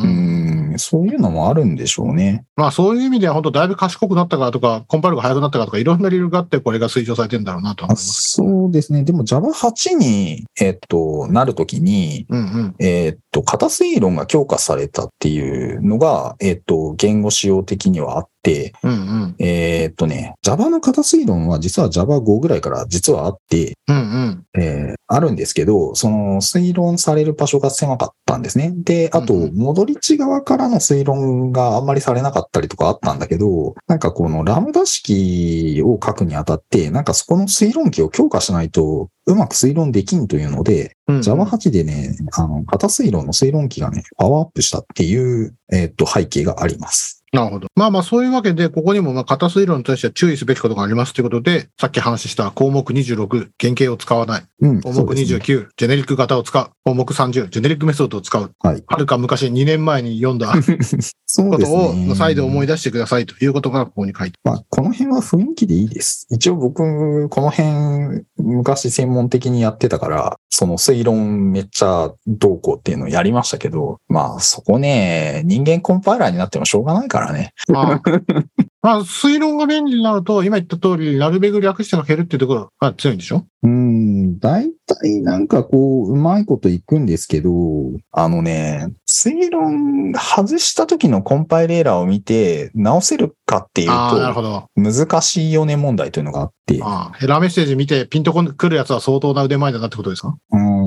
Speaker 1: ーん、そういうのもあるんでしょうね。
Speaker 2: まあそういう意味では本当だいぶ賢くなったからとか、コンパイルが早くなったからとか、いろんな理由があってこれが推奨されてんだろうなとは思います。
Speaker 1: そうですね。でも Java8 に、えっと、なるときに、
Speaker 2: うんうん。
Speaker 1: えーっと、型推論が強化されたっていうのが、えーっと、言語使用的にはあっって、
Speaker 2: うんうん。
Speaker 1: えーっとね、Java の型推論は実は Java5 ぐらいから実はあって、
Speaker 2: うんうん。
Speaker 1: えーあるんですけど、その推論される場所が狭かったんですね。で、あと、
Speaker 2: うんうん
Speaker 1: 戻り地側からの推論があんまりされなかったりとかあったんだけど、なんかこのラムダ式を書くにあたって、なんかそこの推論機を強化しないと、うまく推論できんというので、
Speaker 2: うんうん。
Speaker 1: Java8 でね、あの、型推論の推論機がね、パワーアップしたっていう、えーっと、背景があります。
Speaker 2: なるほど。まあまあ、そういうわけで、ここにも、まあ、型推論に対しては注意すべきことがありますということで、さっき話した項目26、原型を使わない。
Speaker 1: うん。
Speaker 2: 項
Speaker 1: そう
Speaker 2: 目
Speaker 1: です
Speaker 2: 29、
Speaker 1: ね
Speaker 2: ジェネリック型を使う。項目30、ジェネリックメソッドを使う。
Speaker 1: はい。
Speaker 2: はるか昔、2年前に読んだ
Speaker 1: そう
Speaker 2: こ
Speaker 1: で
Speaker 2: と
Speaker 1: す
Speaker 2: を、
Speaker 1: ね。
Speaker 2: 再度思い出してくださいということが、ここに書いて
Speaker 1: まあ、この辺は雰囲気でいいです。一応僕、この辺、昔専門的にやってたから、その推論めっちゃどうこうっていうのをやりましたけど、まあそこね、人間コンパイラーになってもしょうがないからね。
Speaker 2: まあ、まあ、推論が便利になると、今言った通り、なるべく略して書けるっていうところが強いんでしょ
Speaker 1: うん、大体なんかこう、うまいこといくんですけど、あのね、推論外した時のコンパイレーラーを見て直せるかっていう
Speaker 2: ああ、なる
Speaker 1: と、
Speaker 2: ほど。
Speaker 1: 難しいよね問題というのがあって、
Speaker 2: ああエラーメッセージ見て、ピンとこんくるやつは相当な腕前だなってことですか
Speaker 1: うーん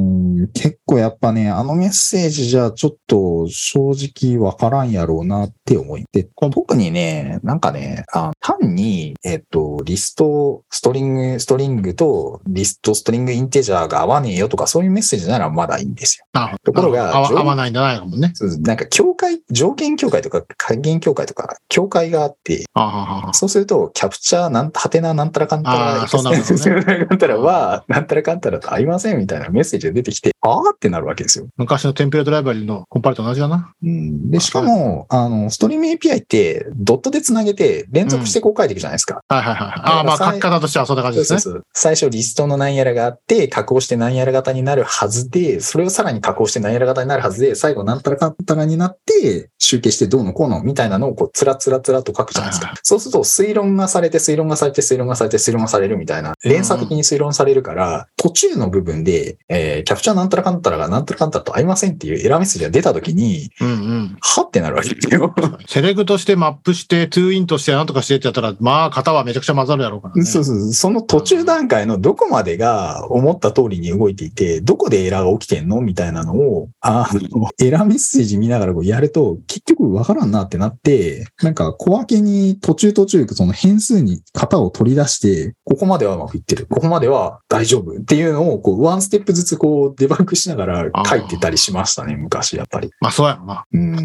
Speaker 1: 結構やっぱね、あのメッセージじゃちょっと正直わからんやろうなって思い。で、特にね、なんかね、あ単に、えっと、リスト、ストリング、ストリングとリスト、ストリング、インテジャーが合わねえよとかそういうメッセージならまだいいんですよ。
Speaker 2: なるほど。
Speaker 1: ところが
Speaker 2: 合わ合わないんじゃないかもね。
Speaker 1: そうですなんか、境界、条件境界とか、還元境界とか、境界があって、
Speaker 2: ああああああ
Speaker 1: そうすると、キャプチャー、なん、はてな、なんたらかんたら、
Speaker 2: あーそうなるほどね
Speaker 1: なんたらは、なんたらかんたらと合いませんみたいなメッセージが出てきて、あーってなるわけですよ。
Speaker 2: 昔のテンプレートライブラリのコンパイルと同じだな。
Speaker 1: うんで、しかも、あの、ストリーム API って、ドットでつなげて、連続してこう書いていくじゃないですか。
Speaker 2: はいはいはい。ああ、まあ、書き方としてはそんな感じ
Speaker 1: そう
Speaker 2: で
Speaker 1: そ
Speaker 2: す
Speaker 1: う
Speaker 2: ね。
Speaker 1: そう。最初リストの何やらがあって、加工して何やら型になるはずで、それをさらに加工して何やら型になるはずで、最後何たらかんたらになって、集計してどうのこうのみたいなのをこう、つらつらつらと書くじゃないです
Speaker 2: は
Speaker 1: か。そうすると、推論がされて、推論がされて、推論がされて、推論がされるみたいな、連鎖的に推論されるから、途中の部分で、えーキャプチャーなんたらかんたらがなんたらかんたらと合いませんっていうエラーメッセージが出た時に、
Speaker 2: うんうん。
Speaker 1: はってなるわけですよ。
Speaker 2: セレクトして、マップして、トゥーインとして、なんとかしてってやったら、まあ、型はめちゃくちゃ混ざるやろうからね。
Speaker 1: そうそうそう。その途中段階のどこまでが思った通りに動いていて、どこでエラーが起きてんのみたいなのを、あの、エラーメッセージ見ながらこうやると、結局わからんなってなって、なんか小分けに途中途中、その変数に型を取り出して、ここまではうまくいってる。ここまでは大丈夫っていうのを、こう、ワンステップずつこう、デバッグしながら書いてたりしましたね、昔、やっぱり。
Speaker 2: まあ、そうやろな。
Speaker 1: うん。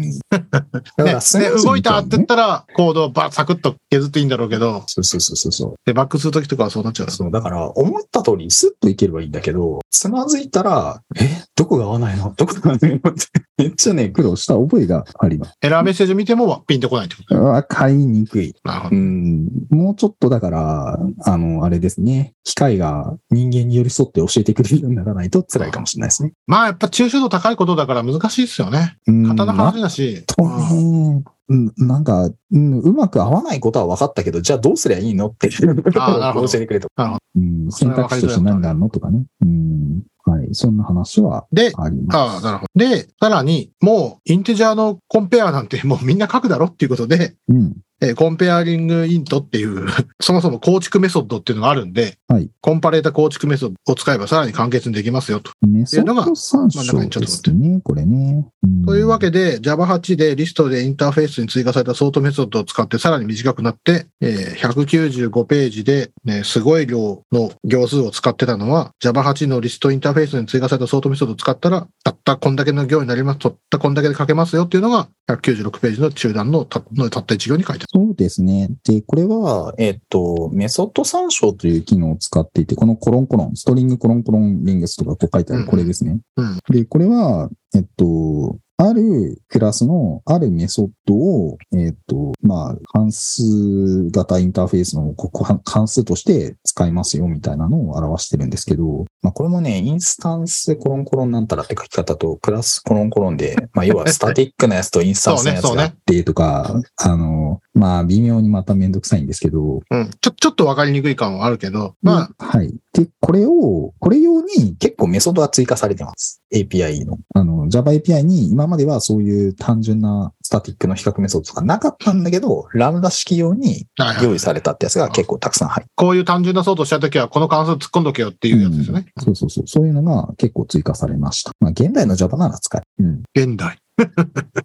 Speaker 1: だか
Speaker 2: ね、
Speaker 1: スムーズ
Speaker 2: で
Speaker 1: に
Speaker 2: 動いたって言
Speaker 1: ね
Speaker 2: ったら、コードをばサクッと削っていいんだろうけど、
Speaker 1: そうそうそうそうそう。
Speaker 2: デバッグするときとかはそうなっちゃう。
Speaker 1: そう、だから、思った通りスッといければいいんだけど、つまずいたら、え、どこが合わないのどこが合わないのって、めっちゃね、苦労した覚えがあります。
Speaker 2: エラーメッセージ見てもピンとこないってこと
Speaker 1: わかりにくい。
Speaker 2: なるほ
Speaker 1: う
Speaker 2: ど。
Speaker 1: ん。もうちょっとだから、あの、あれですね。機械が人間に寄り添って教えてくれるようにならないと辛いかもしれないですね。
Speaker 2: まあやっぱ抽象度高いことだから難しいですよね。
Speaker 1: うん。
Speaker 2: 型
Speaker 1: な
Speaker 2: の
Speaker 1: ん
Speaker 2: 話だし。
Speaker 1: とねうん、なんか、うん、うまく合わないことは分かったけど、じゃあどうすりゃいいのっていうこと
Speaker 2: あーなるほ
Speaker 1: を
Speaker 2: ど
Speaker 1: 教えてくれと。
Speaker 2: なるほ
Speaker 1: うん、選択肢として何があるのとかね。うん。はい。そんな話は
Speaker 2: で、
Speaker 1: あります。
Speaker 2: ああ、なるほど。で、さらに、もう、インテジャーのコンペアなんてもうみんな書くだろっていうことで、
Speaker 1: うん。
Speaker 2: えーコンペアリングイントっていう、 そもそも構築メソッドっていうのがあるんで、
Speaker 1: はい
Speaker 2: コンパレータ構築メソッドを使えばさらに簡潔にできますよと。
Speaker 1: メ
Speaker 2: てい
Speaker 1: ソ
Speaker 2: うのが
Speaker 1: ッド参照ですね、これね。
Speaker 2: というわけで Java8 でリストでインターフェースに追加されたソートメソッドを使ってさらに短くなって、えー195ページで、ね、すごい量の行数を使ってたのは Java8 のリストインターフェースに追加されたソートメソッドを使ったらたったこんだけの行になります。たったこんだけで書けますよっていうのが196ページの中段のたのたった1行に書いてあ
Speaker 1: そうですね。で、これは、えっと、メソッド参照という機能を使っていて、このコロンコロン、ストリングコロンコロンリングスとかこう書いてあ
Speaker 2: う
Speaker 1: る
Speaker 2: ん
Speaker 1: これですね。
Speaker 2: うん
Speaker 1: で、これは、えっと、あるクラスのあるメソッドを、えっと、まあ、関数型インターフェースのここ関数として使いますよみたいなのを表してるんですけど、まあ、これもね、インスタンスコロンコロンなんたらって書き方と、クラスコロンコロンで、まあ、要はスタティックなやつとインスタンスのやつ
Speaker 2: そうねそう
Speaker 1: が
Speaker 2: ね
Speaker 1: あってとか、あの、まあ、微妙にまためんどくさいんですけど、
Speaker 2: る。うん。ちょ、ちょっとわかりにくい感はあるけど、まあ、
Speaker 1: はい。で、これを、これ用に結構メソッドが追加されてます。
Speaker 4: API の。
Speaker 1: あの、Java API に今まではそういう単純なスタティックの比較メソッドとかなかったんだけど、ラムダ式用に
Speaker 2: はいはい
Speaker 4: 用意されたってやつが結構たくさん入って
Speaker 2: こういう単純なソードをしたときは、この関数突っ込んどけよっていうやつですよね。
Speaker 1: うんそうそうそう。そういうのが結構追加されました。まあ、現代の Java なら使える。うん。
Speaker 2: 現代。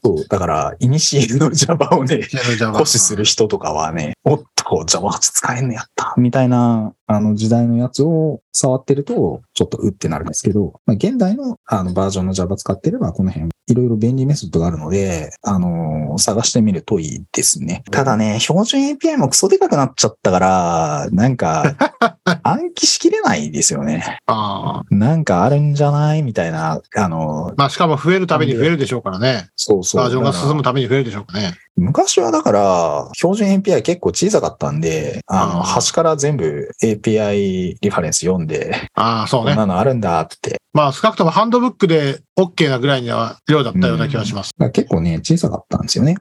Speaker 4: そう。だから、イニシエの Java をね、
Speaker 2: 保
Speaker 4: 保守する人とかはね、おっと、Java8 使えんのやった、みたいな、
Speaker 1: あの時代のやつを触ってると、ちょっとうってなるんですけど、まあ、現代のあのバージョンの Java 使ってれば、この辺、いろいろ便利メソッドがあるので、あのー探してみるといいですね。
Speaker 4: ただね、標準 API もクソでかくなっちゃったから、なん か、暗記しきれないですよね。
Speaker 2: ああ。
Speaker 4: なんかあるんじゃないみたいな、あの、
Speaker 2: まあ、しかも増えるために増えるでしょうからね。
Speaker 4: そうそう。
Speaker 2: バージョンが進
Speaker 4: だ
Speaker 2: む
Speaker 4: から
Speaker 2: ために増えるでしょうかね。
Speaker 4: 昔はだから、標準 API 結構小さかったんで、あ
Speaker 2: あ
Speaker 4: の、
Speaker 2: ー
Speaker 4: 端から全部 API リファレンス読んで、
Speaker 2: ああ、そう
Speaker 4: こん
Speaker 2: ね。
Speaker 4: なのあるんだって。
Speaker 2: まあ、少なくともハンドブックで OK なぐらいには量だったような気がします。
Speaker 1: だから結構ね、小さかったんですよね。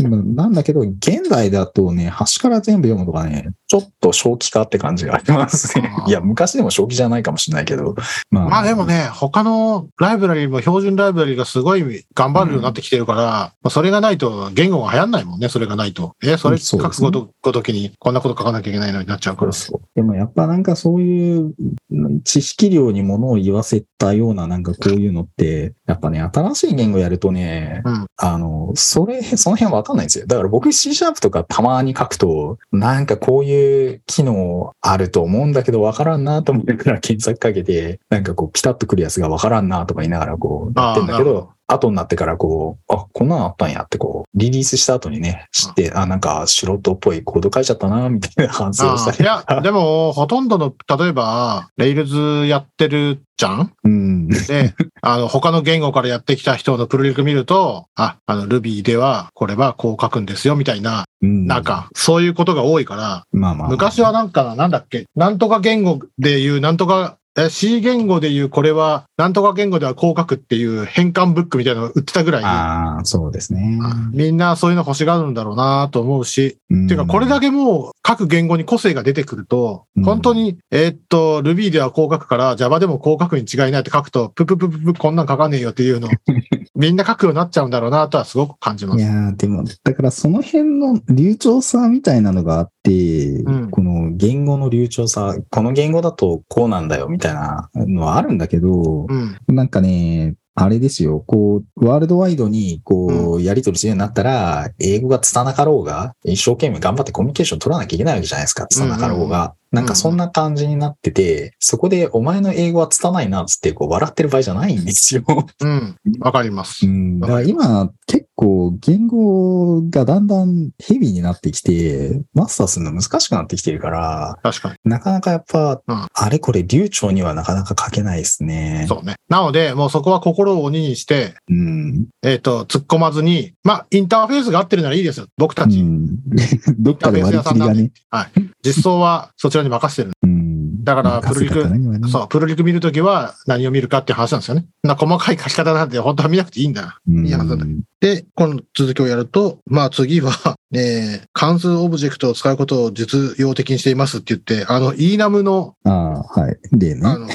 Speaker 1: うんなんだけど、現代だとね、端から全部読むとかね、
Speaker 4: ちょっと正気かって感じがありますね
Speaker 2: あ。ー
Speaker 4: いや、昔でも正気じゃないかもしれないけど。
Speaker 1: まあ、
Speaker 2: まあでもね、他のライブラリーも標準ライブラリーがすごい頑張るようになってきてるから、まあそれがないと言語が流行んないもんね、それがないと。え、それ
Speaker 1: そ
Speaker 2: 書
Speaker 1: うで
Speaker 2: く
Speaker 1: すね
Speaker 2: ごと,、ごときにこんなこと書かなきゃいけないのになっちゃうか
Speaker 1: そう
Speaker 2: ら。
Speaker 1: そう。でもやっぱなんかそういううん知識量にものを言わせたようななんかこういうのって、やっぱね、新しい言語やるとね、
Speaker 2: うん
Speaker 1: あの、それ、その辺わかんないんですよ。だから僕 C シャープとかたまに書くと、なんかこういう機能あると思うんだけどわからんなと思ってから検索かけて、なんかこうピタッとくるやつがわからんなとか言いながらこうやってんだけ
Speaker 2: あーなるほ
Speaker 1: ど、後になってからこう、あ、こんなのあったんやってこう、リリースした後にね、知って、あ、なんか素人っぽいコード書いちゃったな、みたいな反省をした
Speaker 2: あ
Speaker 1: り
Speaker 2: あ いや、でも、ほとんどの、例えば、レイルズやってるじゃん
Speaker 1: うん。
Speaker 2: で、あの、他の言語からやってきた人のプロリク見ると、あ、あの、Ruby では、これはこう書くんですよ、みたいな、
Speaker 1: な
Speaker 2: なん、か、そういうことが多いから、
Speaker 1: まあまあ。
Speaker 2: 昔はなんか、なんだっけ、なんとか言語で言う、なんとか、え C 言語で言う、これは、なんとか言語ではこう書くっていう変換ブックみたいなのが売ってたぐらい、
Speaker 1: ああ、そうですね。
Speaker 2: みんなそういうの欲しがるんだろうなと思うし、
Speaker 1: うん
Speaker 2: ていうか、これだけもう各言語に個性が出てくると
Speaker 1: う、ん
Speaker 2: 本当に、えーっと、Ruby ではこう書くから、Java でもこう書くに違いないって書くと、プププププ、こんなん書かねえよってい うのを、みんな書くようになっちゃうんだろうなとはすごく感じま
Speaker 1: い
Speaker 2: す。
Speaker 1: やーでも、だからその辺の流暢さみたいなのがあって、
Speaker 2: うん
Speaker 1: この言語の流暢さ、
Speaker 4: この言語だとこうなんだよ、みたいな。
Speaker 1: のはあるんだけど、
Speaker 2: うん。
Speaker 1: なんかね、あれですよ、こう、ワールドワイドに、こう、やり取りするようになったら、英語が拙なかろうが、一生懸命頑張ってコミュニケーション取らなきゃいけないわけじゃないですか、拙なかろうが。なんかそんな感じになってて、そこでお前の英語は拙いな、つって、こう、笑ってる場合じゃないんです よ。
Speaker 2: うん。わかります。
Speaker 1: うん、だから今、結構言語がだんだんヘビーになってきて、マスターするの難しくなってきてるから、
Speaker 2: 確かに。
Speaker 1: なかなかやっぱ、
Speaker 2: うん
Speaker 1: あれこれ流暢にはなかなか書けないですね。
Speaker 2: そうね。なので、もうそこは心を鬼にして、
Speaker 1: うん。
Speaker 2: えっ、と、突っ込まずに、まあ、インターフェースが合ってるならいいですよ。僕た
Speaker 1: う
Speaker 2: ち。
Speaker 1: ん、どっかで割り切りがね。
Speaker 2: 実装はそちらに任せてる。
Speaker 1: うん、
Speaker 2: だからプロリク
Speaker 1: 任せ方にはね
Speaker 2: そう、プロリク見るときは何を見るかっていう話なんですよね。な細かい書き方なんて本当は見なくていいんだ。
Speaker 1: うん
Speaker 2: いいはずだで、この続きをやると、まあ次は、 えー、関数オブジェクトを使うことを実用的にしていますって言って、あの、イーナムの、
Speaker 1: ああ、はい。例
Speaker 2: あ
Speaker 1: ね。
Speaker 2: の、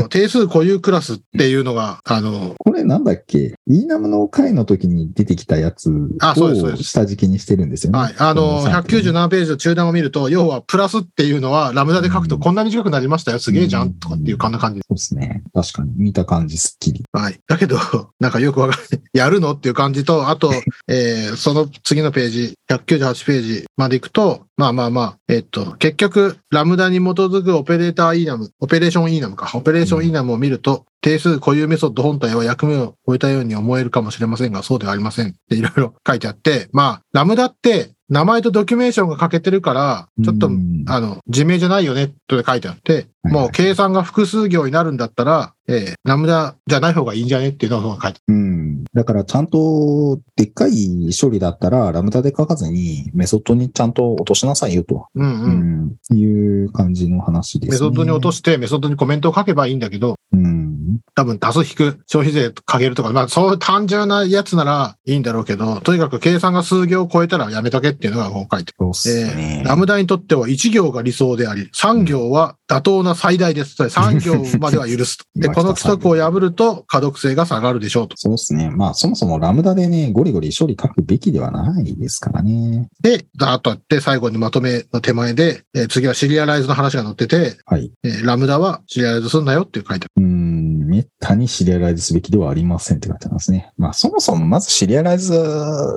Speaker 2: そう、定数固有クラスっていうのが、あの、
Speaker 1: これなんだっけイーナムの会の時に出てきたやつ
Speaker 2: あそうですそう
Speaker 1: を
Speaker 2: です
Speaker 1: 下敷きにしてるんですよね。
Speaker 2: はい。あの、
Speaker 1: こサンプルね
Speaker 2: 197ページの中段を見ると、要は、プラスっていうのは、ラムダで書くとこんな短くなりましたよ。すげえじゃん。とかっていう、こんな感じ
Speaker 1: そうですね。確かに。見た感じすっきり。
Speaker 2: はい。だけど、 なんかよくわかんない。 やるのっていう感じと、あと、 えーその次のページ、198ページまで行くと、まあまあまあ、えっと、結局、ラムダに基づくオペレーターイーナム、オペレーションイーナムか、オペレーションイーナムを見ると、定数固有メソッド本体は役目を終えたように思えるかもしれませんが、そうではありません。で、いろいろ書いてあって、まあ、ラムダって、名前とドキュメーションが欠けてるから、ちょっと
Speaker 1: うん
Speaker 2: あの、自明じゃないよね、と書いてあって、
Speaker 1: はいはい
Speaker 2: もう計算が複数行になるんだったら、えーラムダじゃない方がいいんじゃねっていうのが書いて
Speaker 1: うん。だからちゃんと、でっかい処理だったら、ラムダで書かずに、メソッドにちゃんと落としなさいよと、
Speaker 2: ある。うんう。
Speaker 1: うんんいう感じの話です、
Speaker 2: メ
Speaker 1: ね。
Speaker 2: ソッドに落と
Speaker 1: し、
Speaker 2: して、メソッドにコメントを書けばいいんだけど、
Speaker 1: うん。
Speaker 2: 多分多数引く消費税かけるとか、まあそういう単純なやつならいいんだろうけど、とにかく計算が数行を超えたらやめとけっていうのが今回
Speaker 1: そうっす
Speaker 2: え
Speaker 1: ね。
Speaker 2: ラムダにとっては1行が理想であり、3行は妥当な最大です。3行までは許すと。で、この規則を破ると可読性が下がるでしょうと。
Speaker 1: そうですね。まあ、そもそもラムダでね、ゴリゴリ処理書くべきではないですからね。
Speaker 2: で、だーっとあって、最後にまとめの手前で、えー次はシリアライズの話が載ってて、
Speaker 1: はい。
Speaker 2: えーラムダはシリアライズすんなよっていう書いてある。
Speaker 1: うーん、めったにシリアライズすべきではありませんって書いてありますね。
Speaker 5: まあ、そもそもまずシリアライズ、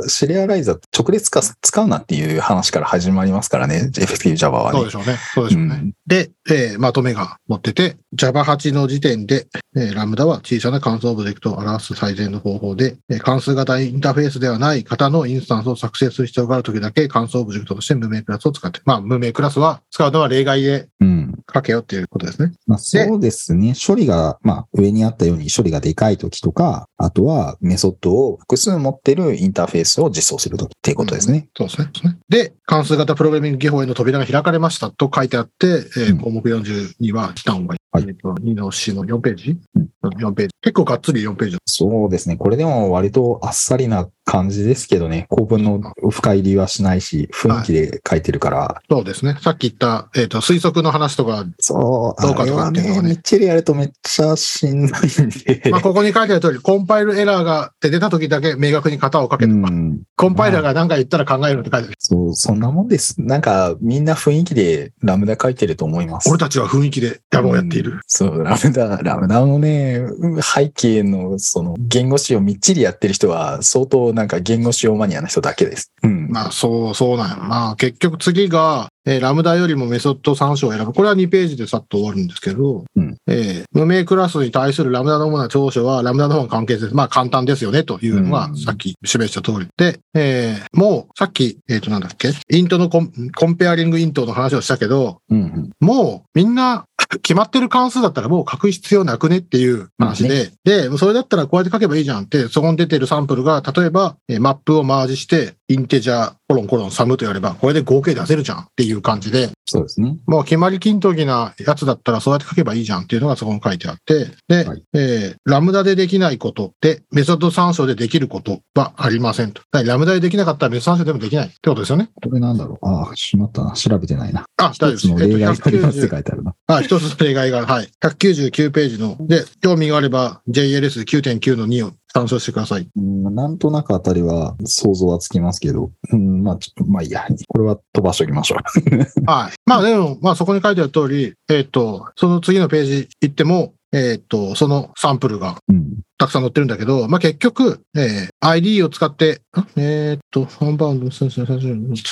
Speaker 5: シリアライザー直列化使うなっていう話から始まりますからね、FSQ Java はね。
Speaker 2: そうでしょうね。そうでしょうね。
Speaker 5: うん
Speaker 2: で、えーまとめが載ってて、Java8 の時点で、えーラムダは小さな関数オブジェクトを表す最善の方法で、えー関数型インターフェースではない型のインスタンスを作成する必要があるときだけ関数オブジェクトとして無名クラスを使って、まあ、無名クラスは使うのは例外で
Speaker 1: うん。
Speaker 2: 書けよっていうことですね。
Speaker 1: まあ、そうですね。処理が、まあ、上にあったように処理がでかい時とか、あとはメソッドを複数持ってるインターフェースを実装する時っていうことですね。
Speaker 2: そうですね。そうですねで、関数型プログラミング技法への扉が開かれましたと書いてあって、えー
Speaker 1: うん
Speaker 2: 項目42は期間は、
Speaker 1: はい
Speaker 2: えーと2の C の4ページ、
Speaker 1: うん
Speaker 2: 4ページ。結構がっつり4ページ
Speaker 1: そうですね。これでも割とあっさりな感じですけどね。構文の深入りはしないし、雰囲気で書いてるから、
Speaker 2: そうですね。さっき言った、えっ、と、推測の話とか、
Speaker 1: そう、
Speaker 2: どう
Speaker 1: あ
Speaker 2: か
Speaker 1: れ
Speaker 2: とか
Speaker 1: は
Speaker 2: っていうの
Speaker 1: ね
Speaker 2: はね、
Speaker 1: みっちりやるとめっちゃしんどいんで。
Speaker 2: まあ、ここに書いてある通り、コンパイルエラーが出た時だけ明確に型をかけ
Speaker 1: う
Speaker 2: て、まあ
Speaker 1: ん、
Speaker 2: コンパイラーが何か言ったら考えるって書いてある。
Speaker 1: そう、そんなもんです。なんか、みんな雰囲気でラムダ書いてると思います。
Speaker 2: 俺たちは雰囲気で野望をやっている。
Speaker 5: そう、ラムダ、ラムダのね、背景の、その、言語使用みっちりやってる人は、相当なんか言語使用マニアな人だけです。うん。
Speaker 2: まあ、そう、そうなんや。まあ、結局次が、えーラムダよりもメソッド参照を選ぶ。これは2ページでさっと終わるんですけど、
Speaker 1: うん
Speaker 2: えー無名クラスに対するラムダの主な長所は、ラムダの方が関係性です。まあ、簡単ですよね、というのが
Speaker 5: う、ん
Speaker 2: さっき示した通り。で、えーもう、さっき、えっ、と、なんだっけ、イントのコンコンペアリングイントの話をしたけど、
Speaker 1: うんうん、
Speaker 2: もうみんな決まってる関数だったらもう書く必要なくねっていう話で、で、それだったらこうやって書けばいいじゃんって、そこに出てるサンプルが、例えば、えーマップをマージして、インテジャー、コロンコロン、サムとやれば、これで合計出せるじゃんっていう感じで、
Speaker 1: そうですね。
Speaker 2: もう決まり均等なやつだったらそうやって書けばいいじゃんっていうのがそこに書いてあって、で、
Speaker 1: はい
Speaker 2: えーラムダでできないことで、メソッド参照でできることはありませんと。だからラムダでできなかったらメソッド参照でもできないってことですよね。
Speaker 1: これなんだろう。ああ、しまったな。調べてないな。
Speaker 2: あ、大
Speaker 1: 一つ
Speaker 2: 丈夫
Speaker 1: の
Speaker 2: です。
Speaker 1: 例外がありますっ
Speaker 2: 190
Speaker 1: て書いてあるな。
Speaker 2: あ、一つ例外が、はい。199ページの、で、興味があれば JLS9.9 の2を参照してください。
Speaker 1: うんなんとなくあたりは想像はつきますけど、うん、まあ、ちょっと、まあいいや、これは飛ばしておきましょう。
Speaker 2: はい。まあでも、まあそこに書いてある通り、えっ、と、その次のページ行っても、えっ、と、そのサンプルが
Speaker 1: うん、
Speaker 2: たくさん載ってるんだけど、まあ結局、えー ID を使って、んえーっと、ハンバウンド、最初の次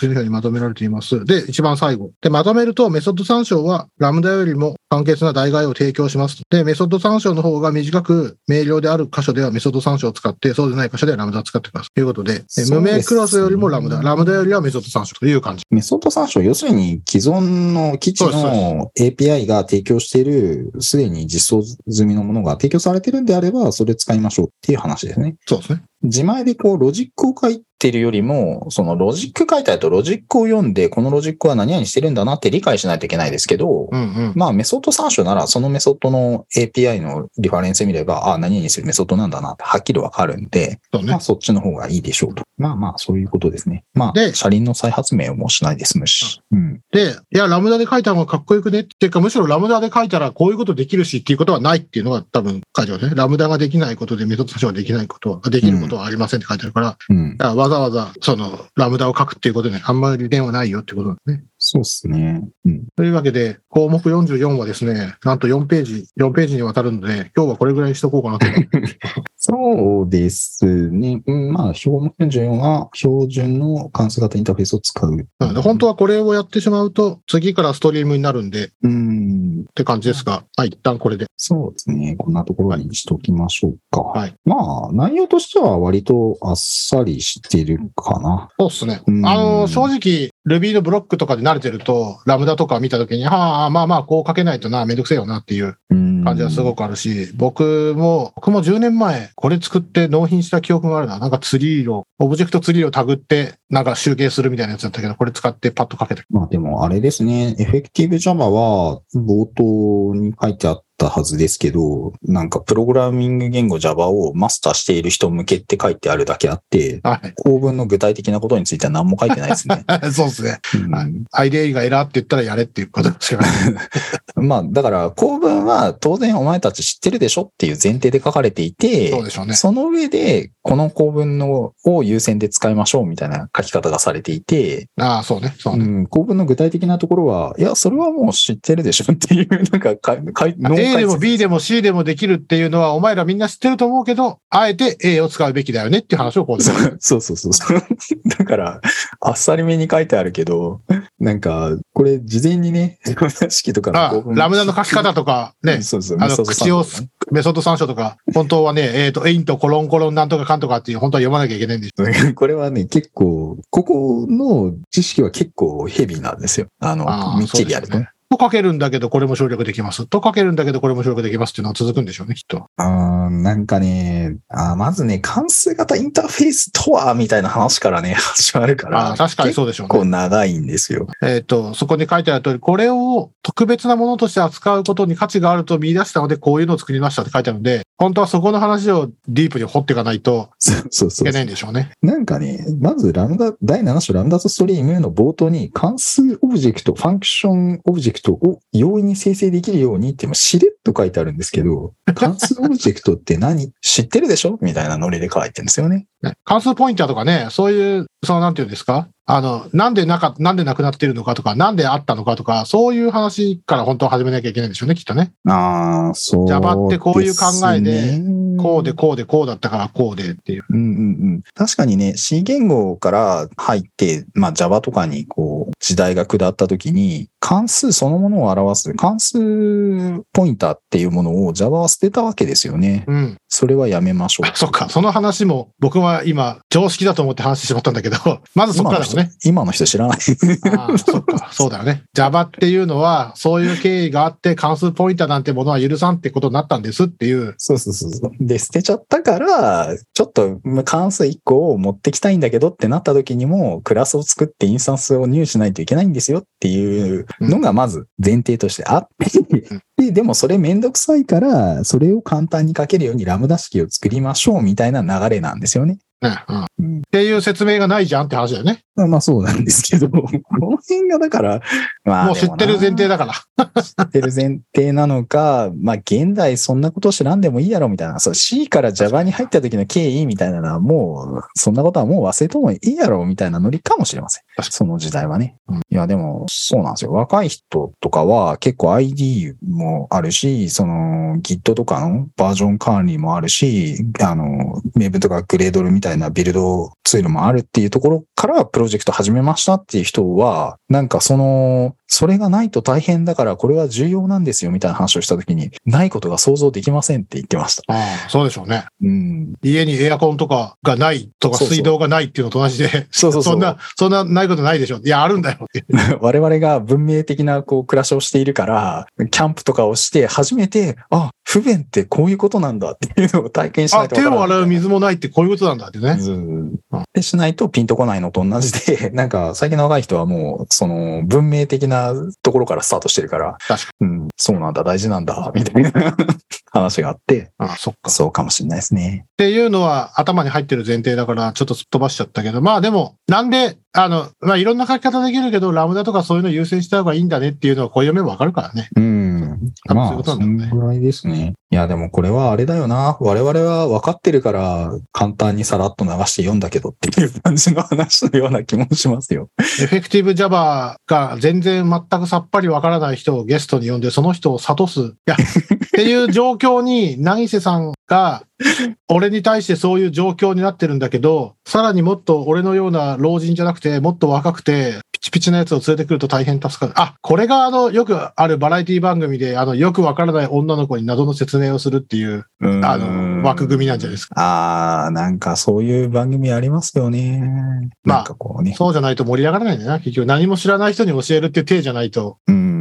Speaker 2: のようにまとめられています。で、一番最後。で、まとめると、メソッド参照は、ラムダよりも簡潔な代替を提供します。で、メソッド参照の方が短く、明瞭である箇所ではメソッド参照を使って、そうでない箇所ではラムダを使ってください。ということで、えー
Speaker 1: そ
Speaker 2: 無
Speaker 1: うですね
Speaker 2: 名クラスよりもラムダ、ラムダよりはメソッド参照という感じ。
Speaker 1: メソッド参照、要するに既存の基地
Speaker 2: そうです
Speaker 1: の API が提供している、すでに実装済みのものが提供されてるんであれば、それ使いましょうっていう話ですね。
Speaker 2: そうですね。
Speaker 1: 自前でこうロジックを書いてるよりも、そのロジック書いてあるとロジックを読んで、このロジックは何々してるんだなって理解しないといけないですけど、
Speaker 2: うんうん。
Speaker 1: まあメソッド参照ならそのメソッドの API のリファレンス見れば、ああ、何々するメソッドなんだなってはっきりわかるんで、
Speaker 2: そう
Speaker 1: ま
Speaker 2: ね
Speaker 1: あ。そっちの方がいいでしょうと。まあまあそういうことですね。まあ
Speaker 2: で
Speaker 1: 車輪の再発明もしないで済むし。うん。
Speaker 2: で、いや、ラムダで書いた方がかっこよくねっていうか、むしろラムダで書いたらこういうことできるしっていうことはないっていうのが多分書いてますね。ラムダができないことでメソッド参照ができないことは、できることはありませんって書いてあるから、
Speaker 1: うん。
Speaker 2: だからわざわざそのラムダを書くっていうことにあんまり利点はないよってことなんですね。
Speaker 1: そうっすね。うん。
Speaker 2: というわけで、項目44はですね、なんと4ページ、4ページにわたるので、今日はこれぐらいにしとこうかなと。
Speaker 1: そうですね。うん、まあ、標目14は標準の関数型インターフェースを使う。
Speaker 2: なので本当はこれをやってしまうと、次からストリームになるんで、っ
Speaker 1: うん、
Speaker 2: て感じですが、はい、一旦これで。
Speaker 1: そうですね。こんなところにしておきましょうか。
Speaker 2: はい
Speaker 1: まあ、内容としては割とあっさりしてるかな。
Speaker 2: そうっすね。あ
Speaker 1: うん
Speaker 2: の、正直、Ruby のブロックとかで慣れてると、ラムダとか見たときに、はあ、まあまあ、こう書けないとな、めんどくせえよなっていう感
Speaker 1: 感
Speaker 2: じはすご
Speaker 1: く。
Speaker 2: くあるし、僕も、僕も10年前、これ作って納品した記憶があるな。なんかツリーを、オブジェクトツリーをタグって、なんか集計するみたいなやつだったけど、これ使ってパッとかけた。
Speaker 1: まあでもあれですね。エフェクティブ Java は冒頭に書いてあっったはずですけど、なんかプログラミング言語 Java をマスターしている人向けって書いてあるだけあって、
Speaker 2: はい。
Speaker 1: 構文の具体的なことについては何も書いてないです ね。
Speaker 2: そうですね。
Speaker 1: うん
Speaker 2: はアイデアがエラーって言ったらやれっていうことしかない。
Speaker 1: まあ、だから、構文は当然お前たち知ってるでしょっていう前提で書かれていて、
Speaker 2: そうでしょうね。
Speaker 1: その上で、この構文のを優先で使いましょうみたいな書き方がされていて、
Speaker 2: ああ、そうね。そう
Speaker 1: う
Speaker 2: ね。
Speaker 1: ん、構文の具体的なところは、いや、それはもう知ってるでしょっていう、 なんかか、かい、脳
Speaker 2: A
Speaker 1: 解
Speaker 2: でも
Speaker 1: 説
Speaker 2: B でも C でもできるっていうのは、お前らみんな知ってると思うけど、あえて A を使うべきだよねっていう話をこうで
Speaker 1: そうそうそうそうそう。 だから、あっさりめに書いてあるけど、なんか、これ事前にね、 式とか
Speaker 2: あ
Speaker 1: の
Speaker 2: あ
Speaker 1: 構文
Speaker 2: ラムダの書き方とか、ね、
Speaker 1: そうそう、
Speaker 2: あ
Speaker 1: メ
Speaker 2: の、
Speaker 1: ソッド
Speaker 2: 口
Speaker 1: 参
Speaker 2: をす、メソッド参照とか、本当はね、えっ、と、インとコロンコロンなんとかかんとかっていう、本当は読まなきゃいけないんでしょ。
Speaker 1: 考ね これはね、結構、ここの知識は結構ヘビーなんですよ。あの、
Speaker 2: ああ
Speaker 1: みっちりやる
Speaker 2: そ
Speaker 1: と
Speaker 2: うで。と書けるんだけど、これも省略できます。と書けるんだけど、これも省略できますっていうのは続くんでしょうね、きっと。
Speaker 1: あーなんかねあー、まずね、関数型インターフェースとは、みたいな話からね、 始まるか
Speaker 2: あ
Speaker 1: ら
Speaker 2: あ、、確かにそうでしょう
Speaker 1: 結構
Speaker 2: ね。
Speaker 1: 長いんですよ。
Speaker 2: えっ、と、そこに書いてある通り、これを特別なものとして扱うことに価値があると見出したので、こういうのを作りましたって書いてあるので、本当はそこの話をディープに掘っていかないと
Speaker 1: そうそう
Speaker 2: い
Speaker 1: そう
Speaker 2: けないんでしょうね。
Speaker 1: なんかね、まずラムダ、第7章ラムダとストリームの冒頭に関数オブジェクト、ファンクションオブジェクトを容易に生成できるようにって、しれっと書いてあるんですけ ど、関数オブジェクトって何知ってるでしょみたいなノリで書いてるんですよね。
Speaker 2: ね関数ポインターとかね、そういう、その、なんていうんですかあの、なんでなか、なんでなくなってるのかとか、なんであったのかとか、そういう話から本当は始めなきゃいけないんでしょうね、きっとね。
Speaker 1: ああ、そう、
Speaker 2: Java ってこういう考えで、こうで、
Speaker 1: うん
Speaker 2: こうで、こうだったから、こうでっていう。
Speaker 1: うんうん。確かにね、C 言語から入って、まあ Java とかにこう、時代が下った時に、関数そのものを表す、関数ポインターっていうものを Java は捨てたわけですよね。
Speaker 2: うん。
Speaker 1: それはやめましょ
Speaker 2: あそっか。その話も、僕は今、常識だと思って話してしまったんだけど、 まず
Speaker 1: う。
Speaker 2: そっからですね。
Speaker 1: 今の人知らない。
Speaker 2: ああ、そっか。そうだよね。Java っていうのは、そういう経緯があって、関数ポインターなんてものは許さんってことになったんですっていう。
Speaker 1: そうそうそうそう。で、捨てちゃったから、ちょっと関数1個を持ってきたいんだけどってなった時にも、クラスを作ってインスタンスを入手しないといけないんですよっていうのがまず前提としてあって、で、でもそれめんどくさいから、それを簡単に書けるようにラムダ式を作りましょうみたいな流れなんですよね。
Speaker 2: ね。うん。っ
Speaker 1: うん
Speaker 2: ていう説明がないじゃんって話だよね。
Speaker 1: まあまあそうなんですけど、この辺がだから、まあ
Speaker 2: もう知ってる前提だから。
Speaker 1: 知ってる前提なのか、まあ現代そんなこと知らんでもいいやろみたいな、そう C から Java に入った時の経緯みたいなのはもう、そんなことはもう忘れてもいいやろみたいなノリかもしれません。
Speaker 2: 確か
Speaker 1: その時代はね。
Speaker 2: うん
Speaker 1: いやでも、そうなんですよ。若い人とかは結構 ID もあるし、その Git とかのバージョン管理もあるし、あの、名分とかグレードルみたいなビルドツールもあるっていうところからプロジェクト始めましたっていう人は、なんかその、それがないと大変だからこれは重要なんですよみたいな話をした時に、ないことが想像できませんって言ってました。
Speaker 2: ああ、そうでしょうね。
Speaker 1: うん。
Speaker 2: 家にエアコンとかがないとか
Speaker 1: そうそう
Speaker 2: 水道がないっていうのと同じで、
Speaker 1: そうそうそう。
Speaker 2: そんな、そんなないことないでしょ。いや、あるんだよって。
Speaker 1: 我々が文明的なこう暮らしをしているから、キャンプとかをして初めて、あ、不便ってこういうことなんだっていうのを体験しな
Speaker 2: あ、
Speaker 1: いとわか
Speaker 2: 手
Speaker 1: らない。
Speaker 2: を洗う水もないってこういうことなんだってね。
Speaker 1: うんでしないとピンとこないのと同じで、 なんか最近の若い人はもう、その文明的なところからスタートしてるから、
Speaker 2: 確か
Speaker 1: うん、そうなんだ、大事なんだ、みたいな話があって、
Speaker 2: ああ、そっか。っ
Speaker 1: そうかもしれないですね。
Speaker 2: ていうのは頭に入ってる前提だから、ちょっとすっ飛ばしちゃったけど、まあでも、なんで、あの、まあいろんな書き方できるけど、ラムダとかそういうの優先した方がいいんだねっていうのは、こういう面わかるからね。
Speaker 1: うん。
Speaker 2: 多分
Speaker 1: ま
Speaker 2: そう
Speaker 1: あ、
Speaker 2: いうこと
Speaker 1: そ
Speaker 2: なん
Speaker 1: ん
Speaker 2: だろうね
Speaker 1: ぐらいですね。いや、でもこれはあれだよな。我々は分かってるから、簡単にさらっと流して読んだけどっていう感じの話のような気もしますよ。
Speaker 2: エフェクティブ Java が全然全くさっぱりわからない人をゲストに呼んで、その人を諭す。いや、っていう状況に、何瀬さんが、俺に対してそういう状況になってるんだけど、さらにもっと俺のような老人じゃなくて、もっと若くて、ピチピチなやつを連れてくると大変助かる。あ、これがあの、よくあるバラエティ番組で、あの、よくわからない女の子に謎の説明をするっていう、あの、枠組みなんじゃないですすか。
Speaker 1: か。ああ、なんかそういう番組ありますよね。
Speaker 2: まあ
Speaker 1: なんかこうね。
Speaker 2: そうじゃないと盛り上がらないんだよな。結局何も知らない人に教えるっていう体じゃないと、
Speaker 1: うん。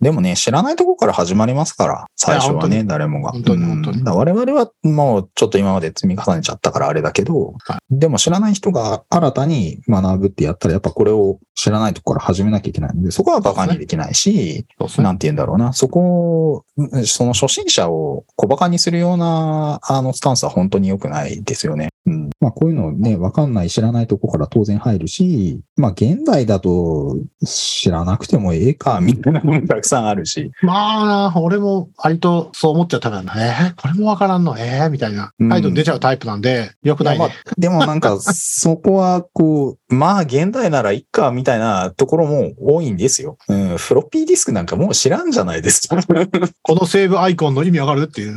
Speaker 1: でもね、知らないとこから始まりますから、最初は
Speaker 2: 本当
Speaker 1: ね、誰もが。
Speaker 2: 本当に
Speaker 1: うん
Speaker 2: 本当に
Speaker 1: だから我々はもうちょっと今まで積み重ねちゃったからあれだけど、
Speaker 2: は
Speaker 1: でも知らない人が新たに学ぶってやったら、やっぱこれを知らないとこから始めなきゃいけないので、そこは馬鹿にできないし、
Speaker 2: そうですね。
Speaker 1: なんて言うんだろうな、そこを、その初心者を小馬鹿にするような、あの、スタンスは本当に良くないですよね。うん。
Speaker 3: まあこういうのね、わかんない、知らないとこから当然入るし、まあ現代だと知らなくてもええか、みたいなのも
Speaker 1: たくさんあるし。
Speaker 2: まあ、俺も割とそう思っちゃったからね、えーこれもわからんのえー、みたいな
Speaker 1: うん
Speaker 2: 態度出ちゃうタイプなんで、よくない
Speaker 1: まあ
Speaker 2: ね。
Speaker 1: でもな んか、そこは、こう、まあ、現代ならいっか、みたいなところも多いんですよ。うん、フロッピーディスクなんかもう知らんじゃないですか。
Speaker 2: このセーブアイコンの意味わかるっ ていう。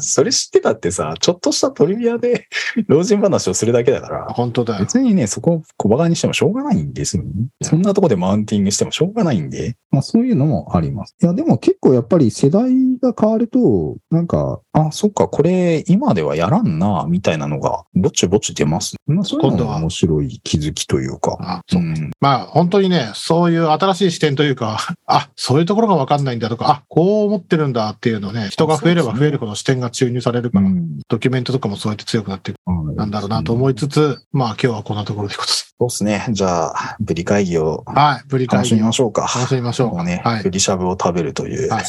Speaker 1: それ知ってたってさ、ちょっとしたトリビアで 老人話をするだけだから、
Speaker 2: 本当だよ。
Speaker 1: 別にね、そこを小馬鹿にしてもしょうがないんですよね。そんなとこでマウンティングしてもしょうがないんで。
Speaker 3: まあそういうのもあります。いやでも結構やっぱり世代が変わると、なんか、
Speaker 1: あ、そっか、これ今ではやらんな、みたいなのが、ぼちぼち出ます。
Speaker 3: まあそういう
Speaker 2: 今
Speaker 3: の
Speaker 2: 度
Speaker 3: も
Speaker 2: は
Speaker 3: 面白い気づきというか。
Speaker 2: あ
Speaker 1: う。
Speaker 2: そうんまあ本当にね、そういう新しい視点というか、 あ、そういうところがわかんないんだとか、あ、こう思ってるんだっていうのね、人が増えれば増えるほど視点が注入されるから、ドキュメントとかもそうやって強くなっていく
Speaker 3: な
Speaker 2: なんだろうなと思いつつ、まあ今日はこんなところでいうこと です。
Speaker 1: そうですね。じゃあ、ブリ会議を
Speaker 2: はい、ぶり返
Speaker 1: 楽
Speaker 2: し
Speaker 1: しみ
Speaker 2: 楽
Speaker 1: ましょうか。
Speaker 2: しみましょう
Speaker 1: も
Speaker 2: か。
Speaker 1: うね、
Speaker 2: はい
Speaker 1: ブ。リシャブを食べるという。
Speaker 2: はい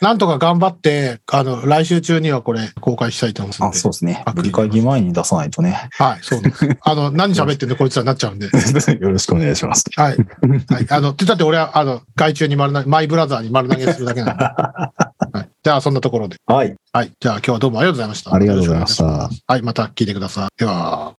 Speaker 2: なんとか頑張って、あの、来週中にはこれ公開したいと思いま
Speaker 1: あ、
Speaker 2: す
Speaker 1: そ
Speaker 2: の
Speaker 1: うですね
Speaker 2: あ。
Speaker 1: ブリ会議前に出さないとね。
Speaker 2: で。はい、そうなん です。あの、何喋ってんのこいつらになっちゃうんで。
Speaker 1: よろしくお願いします。
Speaker 2: はい。はい。あの、 ってだって俺は、あの、外中に丸投げ、マイブラザーに丸投げするだけなん で。はい。じゃあ、そんなところで。
Speaker 1: はい。
Speaker 2: はい。じゃあ、今日はどうもありがとうございました。
Speaker 3: ありがとうございました。
Speaker 2: はい。また聞いてください。では。